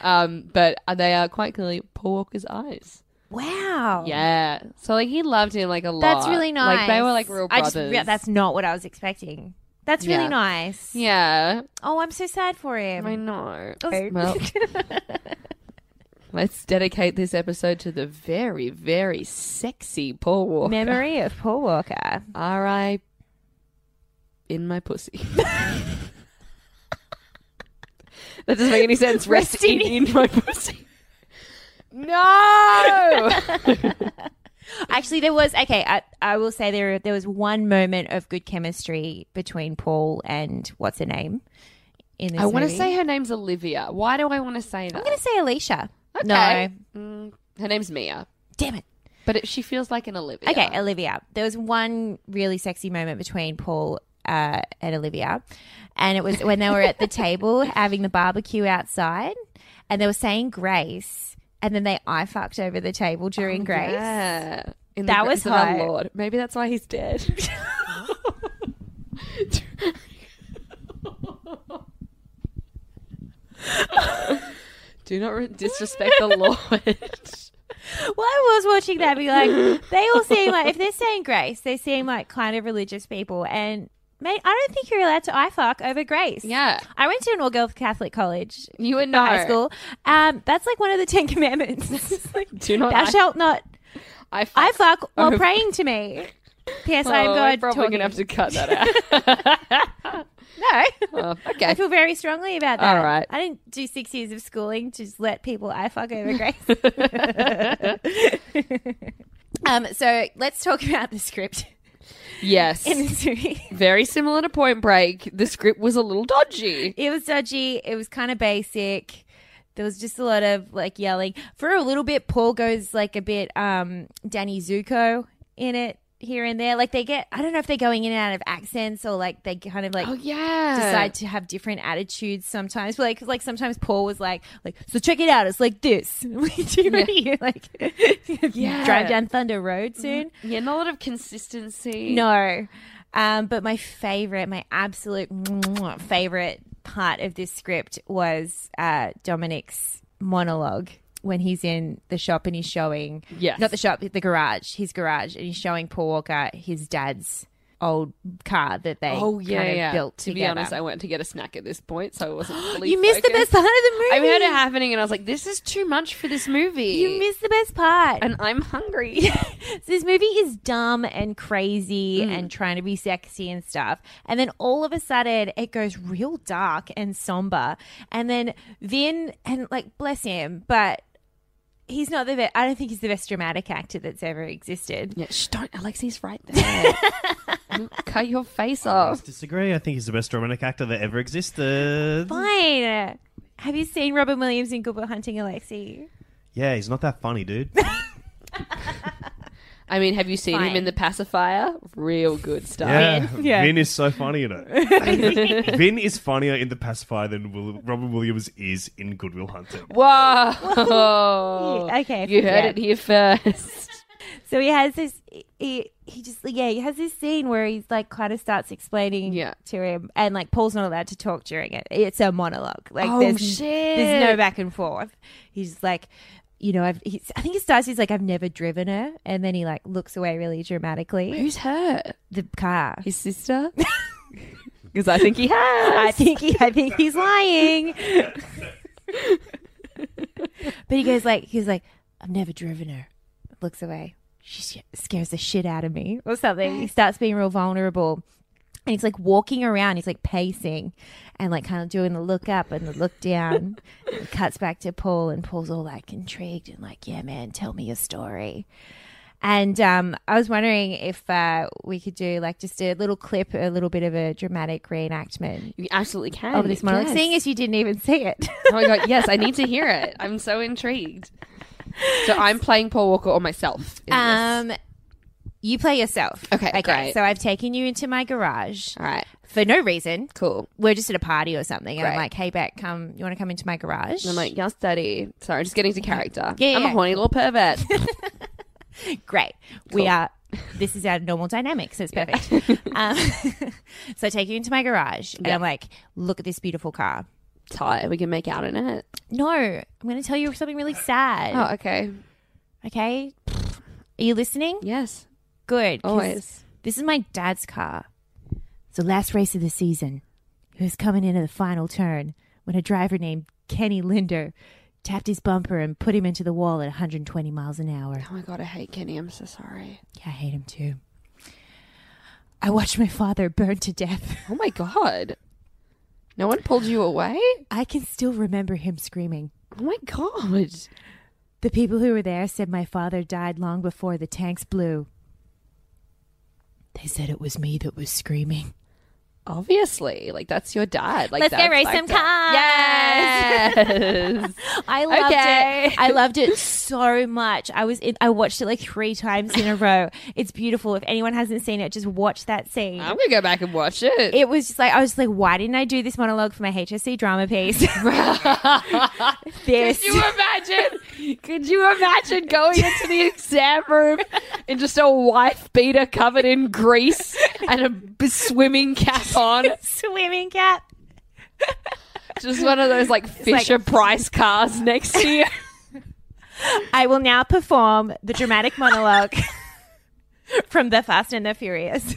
Speaker 2: Um, but they are quite clearly Paul Walker's eyes.
Speaker 1: Wow!
Speaker 2: Yeah. So like he loved him like a lot.
Speaker 1: that's really nice.
Speaker 2: Like they were like real brothers.
Speaker 1: I just, yeah, that's not what I was expecting. That's really
Speaker 2: Yeah.
Speaker 1: nice.
Speaker 2: yeah.
Speaker 1: Oh, I'm so sad for him.
Speaker 2: I know.
Speaker 1: Oh.
Speaker 2: Well, let's dedicate this episode to the very, very sexy Paul Walker.
Speaker 1: Memory of Paul Walker.
Speaker 2: R.I. in my pussy. that doesn't make any sense. Rest,
Speaker 1: Rest in
Speaker 2: in, in my pussy. No.
Speaker 1: Actually, there was okay. I, I will say there there was one moment of good chemistry between Paul and what's her name in this.
Speaker 2: I want to
Speaker 1: movie.
Speaker 2: say her name's Olivia. Why do I want to say
Speaker 1: I'm
Speaker 2: that?
Speaker 1: going to say Alicia. No,
Speaker 2: Okay. Mm, her name's Mia,
Speaker 1: damn it.
Speaker 2: but it, she feels like an Olivia.
Speaker 1: Okay, Olivia. There was one really sexy moment between Paul uh, and Olivia, and it was when they were at the table having the barbecue outside, and they were saying grace, and then they eye fucked over the table during
Speaker 2: Oh,
Speaker 1: grace.
Speaker 2: Yeah. In
Speaker 1: That
Speaker 2: the
Speaker 1: was
Speaker 2: grace of our
Speaker 1: hot.
Speaker 2: Lord. Maybe that's why he's dead. Do not re- disrespect the Lord.
Speaker 1: Well, I was watching that, be like, they all seem like if they're saying grace, they seem like kind of religious people, and mate, I don't think you're allowed to eye fuck over grace.
Speaker 2: yeah,
Speaker 1: I went to an all-girl Catholic college
Speaker 2: you would
Speaker 1: for
Speaker 2: not.
Speaker 1: high school. Um, that's like one of the Ten Commandments. It's like,
Speaker 2: Do not
Speaker 1: thou
Speaker 2: eye-
Speaker 1: shalt not
Speaker 2: I,
Speaker 1: I
Speaker 2: fuck-
Speaker 1: fuck while
Speaker 2: Oh.
Speaker 1: praying to me. P.S.
Speaker 2: Oh,
Speaker 1: I am
Speaker 2: we're
Speaker 1: God.
Speaker 2: probably
Speaker 1: talking.
Speaker 2: gonna have to cut that out.
Speaker 1: No,
Speaker 2: Oh,
Speaker 1: I
Speaker 2: okay.
Speaker 1: feel very strongly about that.
Speaker 2: All right.
Speaker 1: I didn't do six years of schooling to just let people I fuck over grace. um, so let's talk about the script
Speaker 2: Yes.
Speaker 1: in this movie.
Speaker 2: Very similar to Point Break. The script was a little dodgy.
Speaker 1: It was dodgy. It was kind of basic. There was just a lot of like yelling. For a little bit, Paul goes like a bit um, Danny Zuko in it here and there. Like they get, I don't know if they're going in and out of accents or like they kind of like
Speaker 2: Oh yeah.
Speaker 1: decide to have different attitudes sometimes. Like, like sometimes Paul was like, like, so check it out. It's like this. Do you yeah. like
Speaker 2: Yeah.
Speaker 1: drive down Thunder Road soon?
Speaker 2: yeah, not a lot of consistency.
Speaker 1: No. Um, but my favorite, my absolute favorite part of this script was uh, Dominic's monologue when he's in the shop and he's showing,
Speaker 2: Yes.
Speaker 1: not the shop, the garage, his garage, and he's showing Paul Walker his dad's old car that they
Speaker 2: Oh yeah,
Speaker 1: kind of
Speaker 2: yeah.
Speaker 1: built
Speaker 2: to be
Speaker 1: together.
Speaker 2: honest, I went to get a snack at this point, so I wasn't. Fully
Speaker 1: you missed the best
Speaker 2: focused.
Speaker 1: part of the movie.
Speaker 2: I heard it happening, and I was like, "This is too much for this movie."
Speaker 1: You missed the best part.
Speaker 2: and I'm hungry.
Speaker 1: this movie is dumb and crazy and trying to be sexy and stuff. And then all of a sudden, it goes real dark and somber. And then Vin, and like, bless him, but he's not the best. I don't think he's the best dramatic actor that's ever existed.
Speaker 2: yeah, shh, don't, Alexi's right there. You'll Cut your face off.
Speaker 7: Disagree. I think he's the best dramatic actor that ever existed.
Speaker 1: Fine. Have you seen Robin Williams in Good Will Hunting, Alexi?
Speaker 7: Yeah, he's not that funny, dude.
Speaker 2: I mean, have you seen him
Speaker 1: Fine.
Speaker 2: in the pacifier? Real good stuff.
Speaker 6: Yeah, Vin,
Speaker 1: Yeah.
Speaker 6: is so funny in it. Vin is funnier in The Pacifier than Will- Robin Williams is in Goodwill Hunting.
Speaker 2: Whoa.
Speaker 1: Yeah, okay,
Speaker 2: You
Speaker 1: yeah.
Speaker 2: heard it here first.
Speaker 1: So he has this. He, he just yeah he has this scene where he's like kind of starts explaining
Speaker 2: Yeah.
Speaker 1: to him, and like Paul's not allowed to talk during it. It's a monologue. Like
Speaker 2: Oh,
Speaker 1: there's
Speaker 2: shit.
Speaker 1: there's no back and forth. He's just like. You know, I've, he's, I think it starts. He's like, "I've never driven her," and then he like looks away really dramatically.
Speaker 2: Who's her?
Speaker 1: The car.
Speaker 2: His sister? Because I think he has.
Speaker 1: I think he, I think he's lying. but he goes like he's like I've never driven her. Looks away. She sh- scares the shit out of me or something. He starts being real vulnerable. And he's like walking around, he's like pacing and like kind of doing the look up and the look down. It cuts back to Paul and Paul's all like intrigued and like, yeah, man, tell me your story. And um, I was wondering if uh, we could do like just a little clip, a little bit of a dramatic reenactment
Speaker 2: You absolutely can.
Speaker 1: of this monologue,
Speaker 2: Yes.
Speaker 1: seeing as you didn't even see it.
Speaker 2: Oh my god, yes, I need to hear it. I'm so intrigued. So I'm playing Paul Walker or myself. In this.
Speaker 1: um, you play yourself.
Speaker 2: Okay,
Speaker 1: okay.
Speaker 2: great.
Speaker 1: So I've taken you into my garage
Speaker 2: All right,
Speaker 1: for no reason.
Speaker 2: cool.
Speaker 1: We're just at a party or something, and I'm
Speaker 2: Great.
Speaker 1: like, "Hey, Beck, come. You want to come into my garage?"
Speaker 2: And I'm like, yes, daddy. Sorry, just getting to character.
Speaker 1: Yeah, yeah,
Speaker 2: I'm a
Speaker 1: yeah.
Speaker 2: horny little pervert.
Speaker 1: great. We are. This is our normal dynamic, so it's perfect. um, so I take you into my garage, and
Speaker 2: Yeah.
Speaker 1: I'm like, "Look at this beautiful car."
Speaker 2: Tight. We can make out in it.
Speaker 1: No, I'm going to tell you something really sad.
Speaker 2: Oh, okay. Oh.
Speaker 1: Okay. Are you listening?
Speaker 2: Yes,
Speaker 1: Good. 'cause
Speaker 2: always.
Speaker 1: This is my dad's car. It's the last race of the season. He was coming into the final turn when a driver named Kenny Linder tapped his bumper and put him into the wall at 120 miles an hour.
Speaker 2: Oh my god, I hate Kenny. I'm so sorry.
Speaker 1: Yeah, I hate him too. I watched my father burn to death.
Speaker 2: Oh my god. No one pulled you away.
Speaker 1: I can still remember him screaming.
Speaker 2: Oh my god.
Speaker 1: The people who were there said my father died long before the tanks blew. They said it was me that was screaming.
Speaker 2: Obviously, like that's your dad. Like
Speaker 1: Let's go
Speaker 2: that's
Speaker 1: race
Speaker 2: like
Speaker 1: some
Speaker 2: the-
Speaker 1: cars.
Speaker 2: Yes.
Speaker 1: I loved
Speaker 2: Okay.
Speaker 1: it. I loved it so much. I was in, I watched it like three times in a row. It's beautiful. If anyone hasn't seen it, just watch that scene.
Speaker 2: I'm gonna go back and watch it.
Speaker 1: it was just like I was like, why didn't I do this monologue for my HSC drama piece? this.
Speaker 2: Could you imagine? Could you imagine going into the exam room in just a wife beater covered in grease and a b- swimming cap on?
Speaker 1: Swimming cap.
Speaker 2: Just one of those like Fisher Price cars next to you.
Speaker 1: I will now perform the dramatic monologue from The Fast and the Furious.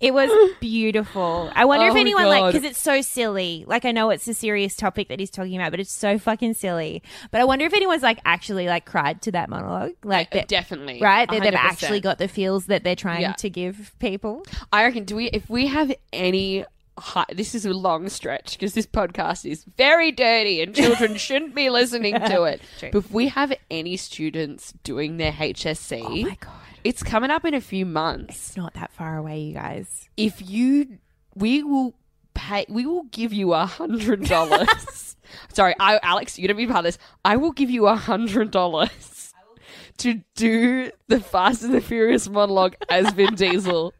Speaker 1: It was beautiful. I wonder
Speaker 2: Oh
Speaker 1: if
Speaker 2: my
Speaker 1: anyone like
Speaker 2: God.
Speaker 1: because it's so silly. Like I know it's a serious topic that he's talking about, but it's so fucking silly. But I wonder if anyone's like actually like cried to that monologue, like that,
Speaker 2: uh, Definitely.
Speaker 1: right? That they've
Speaker 2: 100%.
Speaker 1: actually got the feels that they're trying
Speaker 2: Yeah.
Speaker 1: to give people.
Speaker 2: I reckon. Do we? If we have any. Hi, this is a long stretch because this podcast is very dirty and children shouldn't be listening to it. But if we have any students doing their HSC,
Speaker 1: Oh my god,
Speaker 2: it's coming up in a few months.
Speaker 1: it's not that far away, you guys.
Speaker 2: if you we will pay. We will give you a hundred dollars. Sorry, I, Alex, you're gonna be part of this. I will give you a hundred dollars to do the Fast and the Furious monologue as Vin Diesel.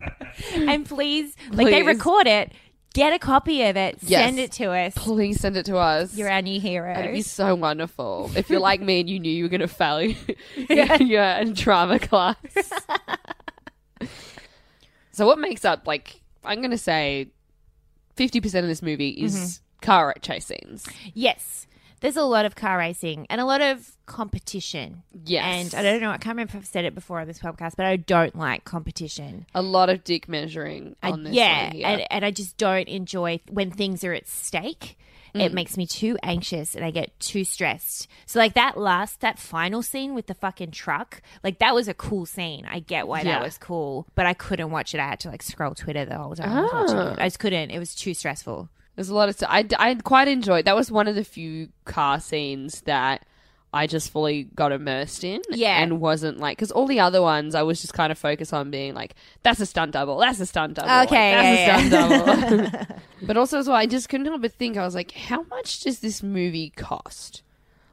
Speaker 1: and please, like they
Speaker 2: Please.
Speaker 1: record it, get a copy of it,
Speaker 2: Yes.
Speaker 1: send it to us.
Speaker 2: Please send it to us.
Speaker 1: You're our new heroes.
Speaker 2: It'd be so wonderful. If you're like me and you knew you were going to fail yeah, in drama class. so what makes up, like, I'm going to say 50% of this movie is car chase scenes.
Speaker 1: Yes. There's a lot of car racing and a lot of competition.
Speaker 2: Yes.
Speaker 1: And I don't know, I can't remember if I've said it before on this podcast, but I don't like competition.
Speaker 2: A lot of dick measuring
Speaker 1: I-
Speaker 2: on this
Speaker 1: Uh, yeah.
Speaker 2: one here.
Speaker 1: And, and I just don't enjoy when things are at stake. It makes me too anxious and I get too stressed. So, like that last, that final scene with the fucking truck, like that was a cool scene. I get why
Speaker 2: Yeah.
Speaker 1: that was cool, but I couldn't watch it. I had to like scroll Twitter the whole time. I was watching it. I just couldn't. It was too stressful.
Speaker 2: There's a lot of. I, I quite enjoyed. That was one of the few car scenes that I just fully got immersed in.
Speaker 1: Yeah.
Speaker 2: And wasn't like. Because all the other ones, I was just kind of focused on being like, that's a stunt double. That's a stunt double. like,
Speaker 1: Okay,
Speaker 2: that's
Speaker 1: yeah,
Speaker 2: a stunt double. but also, as well, I just couldn't help but think, I was like, how much does this movie cost?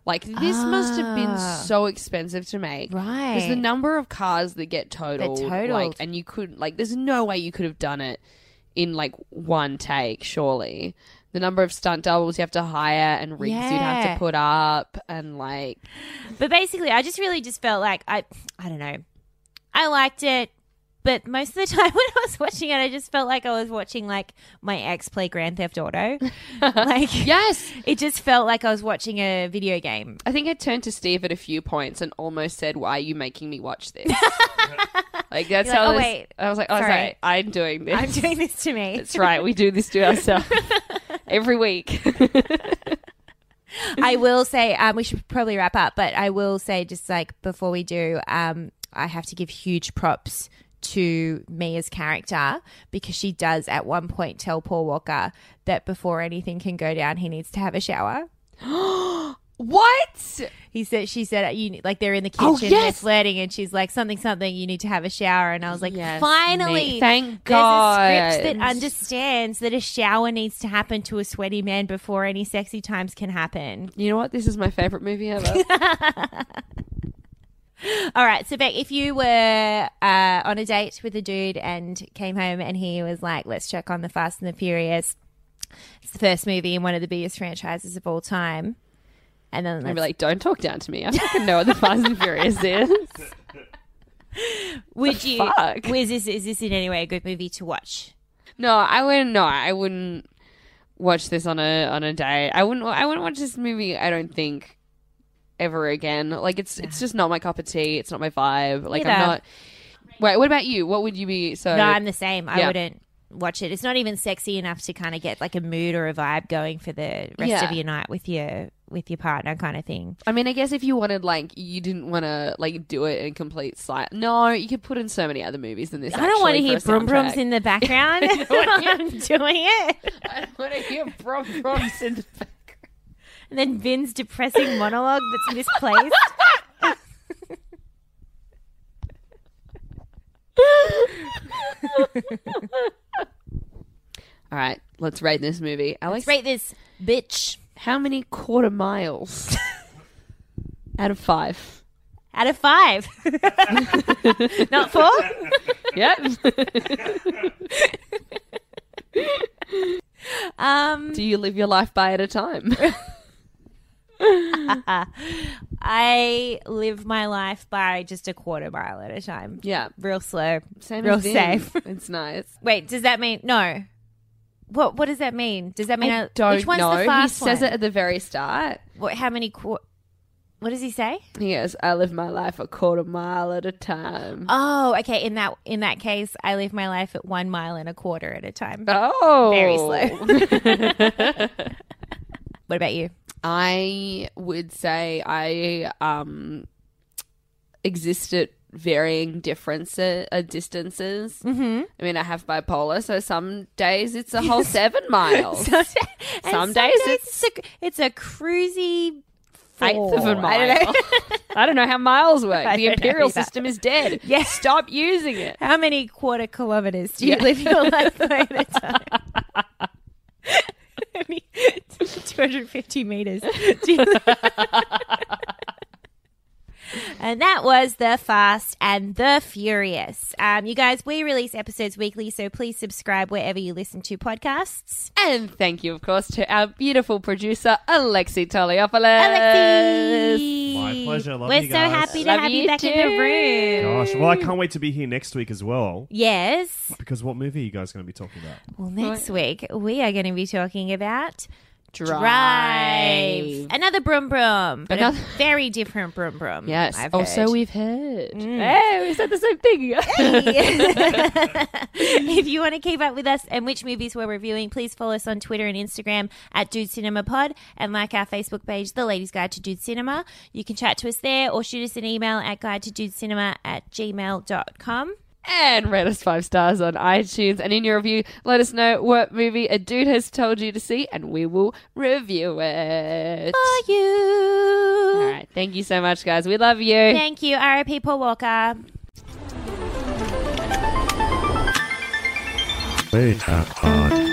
Speaker 2: Like, this must have been so expensive to make. Because the
Speaker 1: Ah. Right.
Speaker 2: number of cars that get totaled,
Speaker 1: totaled.
Speaker 2: like, and you could like, there's no way you could have done it in like one take. Surely, the number of stunt doubles you have to hire and rigs you'd have
Speaker 1: Yeah.
Speaker 2: to put up, and like,
Speaker 1: But basically, I just really just felt like I, I don't know, I liked it, but most of the time when I was watching it, I just felt like I was watching like my ex play Grand Theft Auto. like,
Speaker 2: yes,
Speaker 1: it just felt like I was watching a video game.
Speaker 2: I think I turned to Steve at a few points and almost said, "Why are you making me watch this?" like that's
Speaker 1: You're like,
Speaker 2: how.
Speaker 1: "Oh,
Speaker 2: this-
Speaker 1: wait.
Speaker 2: I was like, "Oh, sorry,
Speaker 1: Sorry.
Speaker 2: I'm doing this.
Speaker 1: I'm doing this to me.
Speaker 2: That's right. We do this to ourselves every week."
Speaker 1: I will say, um, we should probably wrap up, but I will say just like before we do, um, I have to give huge props to Mia's character because she does at one point tell Paul Walker that before anything can go down, he needs to have a shower.
Speaker 2: what?
Speaker 1: He said, she said, you like they're in the kitchen,
Speaker 2: Oh,
Speaker 1: they're
Speaker 2: yes.
Speaker 1: flirting, and she's like, something, something, you need to have a shower. And I was like,
Speaker 2: Yes,
Speaker 1: finally,
Speaker 2: mate. Thank
Speaker 1: there's
Speaker 2: God.
Speaker 1: a script that understands that a shower needs to happen to a sweaty man before any sexy times can happen.
Speaker 2: You know what? This is my favorite movie ever.
Speaker 1: All right, so Beck, if you were uh, on a date with a dude and came home and he was like, "Let's check on the Fast and the Furious," it's the first movie in one of the biggest franchises of all time, and then
Speaker 2: I'd
Speaker 1: let's-
Speaker 2: be like, don't talk down to me. I fucking know what the Fast and Furious is.
Speaker 1: would you?
Speaker 2: fuck?
Speaker 1: Is this is this in any way a good movie to watch?
Speaker 2: No, I wouldn't. No, I wouldn't watch this on a on a date. I wouldn't. I wouldn't watch this movie. I don't think ever again. Like it's it's just not my cup of tea. It's not my vibe. Like
Speaker 1: Neither.
Speaker 2: I'm not. Wait, what about you? What would you be? So
Speaker 1: No, I'm the same. I
Speaker 2: yeah.
Speaker 1: wouldn't watch it. It's not even sexy enough to kind of get like a mood or a vibe going for the rest
Speaker 2: Yeah.
Speaker 1: of your night with your with your partner, kind of thing.
Speaker 2: I mean, I guess if you wanted, like, you didn't want to like do it in complete sight. No, you could put in so many other movies than this.
Speaker 1: I don't want to
Speaker 2: actually,
Speaker 1: hear
Speaker 2: for a
Speaker 1: brum brums
Speaker 2: soundtrack.
Speaker 1: in the background. while I'm doing it.
Speaker 2: I don't want to hear brum brums in the background.
Speaker 1: And then Vin's depressing monologue that's misplaced.
Speaker 2: All right, let's rate this movie, Alex.
Speaker 1: Rate this bitch
Speaker 2: How many quarter miles out of five?
Speaker 1: out of five. Not four?
Speaker 2: Yep.
Speaker 1: Um,
Speaker 2: Do you live your life by at a time?
Speaker 1: I live my life by just a quarter mile at a time.
Speaker 2: yeah.
Speaker 1: Real slow.
Speaker 2: Same
Speaker 1: real
Speaker 2: as Vin.
Speaker 1: safe.
Speaker 2: It's nice.
Speaker 1: Wait, does that mean no? What what does that mean? Does that mean
Speaker 2: I don't
Speaker 1: which one's
Speaker 2: know.
Speaker 1: the
Speaker 2: he
Speaker 1: fast
Speaker 2: says
Speaker 1: one?
Speaker 2: it at the very start.
Speaker 1: What, how many qu- What does he say?
Speaker 2: He goes, "I live my life a quarter mile at a time."
Speaker 1: Oh, okay. In that in that case, I live my life at 1 mile and a quarter at a time.
Speaker 2: oh,
Speaker 1: Very slow. What about you?
Speaker 2: I would say I um exist at varying differences uh, distances. Mm-hmm. I mean, I have bipolar, so some days it's a whole seven miles.
Speaker 1: some,
Speaker 2: Oh. Some days
Speaker 1: it's
Speaker 2: it's-
Speaker 1: a, it's a cruisy
Speaker 2: Eighth of a
Speaker 1: four.
Speaker 2: mile.
Speaker 1: I don't know.
Speaker 2: I don't know how miles work.
Speaker 1: I don't
Speaker 2: the
Speaker 1: know
Speaker 2: imperial
Speaker 1: either.
Speaker 2: system is dead.
Speaker 1: Yeah.
Speaker 2: Stop using it.
Speaker 1: How many quarter kilometers do you live your life by at a time? 250 meters. Do you- And that was The Fast and The Furious. Um, you guys, we release episodes weekly, so please subscribe wherever you listen to podcasts.
Speaker 2: And thank you, of course, to our beautiful producer, Alexi Toliopoulos.
Speaker 1: Alexi!
Speaker 6: My pleasure. Love
Speaker 1: We're
Speaker 6: you
Speaker 1: so
Speaker 6: guys.
Speaker 1: happy to
Speaker 2: Love
Speaker 1: have you
Speaker 2: you
Speaker 1: back in the
Speaker 2: too.
Speaker 1: room.
Speaker 6: Gosh, well, I can't wait to be here next week as well.
Speaker 1: Yes.
Speaker 6: Because what movie are you guys going to be talking about?
Speaker 1: Well, next week we are going to be talking about
Speaker 2: Drive.
Speaker 1: Another brum brum, but
Speaker 2: Another-
Speaker 1: a very different brum brum.
Speaker 2: Yes. Oh,
Speaker 1: I've
Speaker 2: also,
Speaker 1: heard.
Speaker 2: we've heard. Mm. Hey, we said the same thing.
Speaker 1: if you want to keep up with us and which movies we're reviewing, please follow us on Twitter and Instagram at Dude Cinema Pod and like our Facebook page, The Ladies Guide to Dude Cinema. You can chat to us there or shoot us an email at guide to dude cinema at gmail.com.
Speaker 2: and rate us five stars on iTunes. And in your review, let us know what movie a dude has told you to see, and we will review it.
Speaker 1: For you.
Speaker 2: All right. Thank you so much, guys. We love you.
Speaker 1: Thank you, R.I.P. Paul Walker.
Speaker 8: Later on.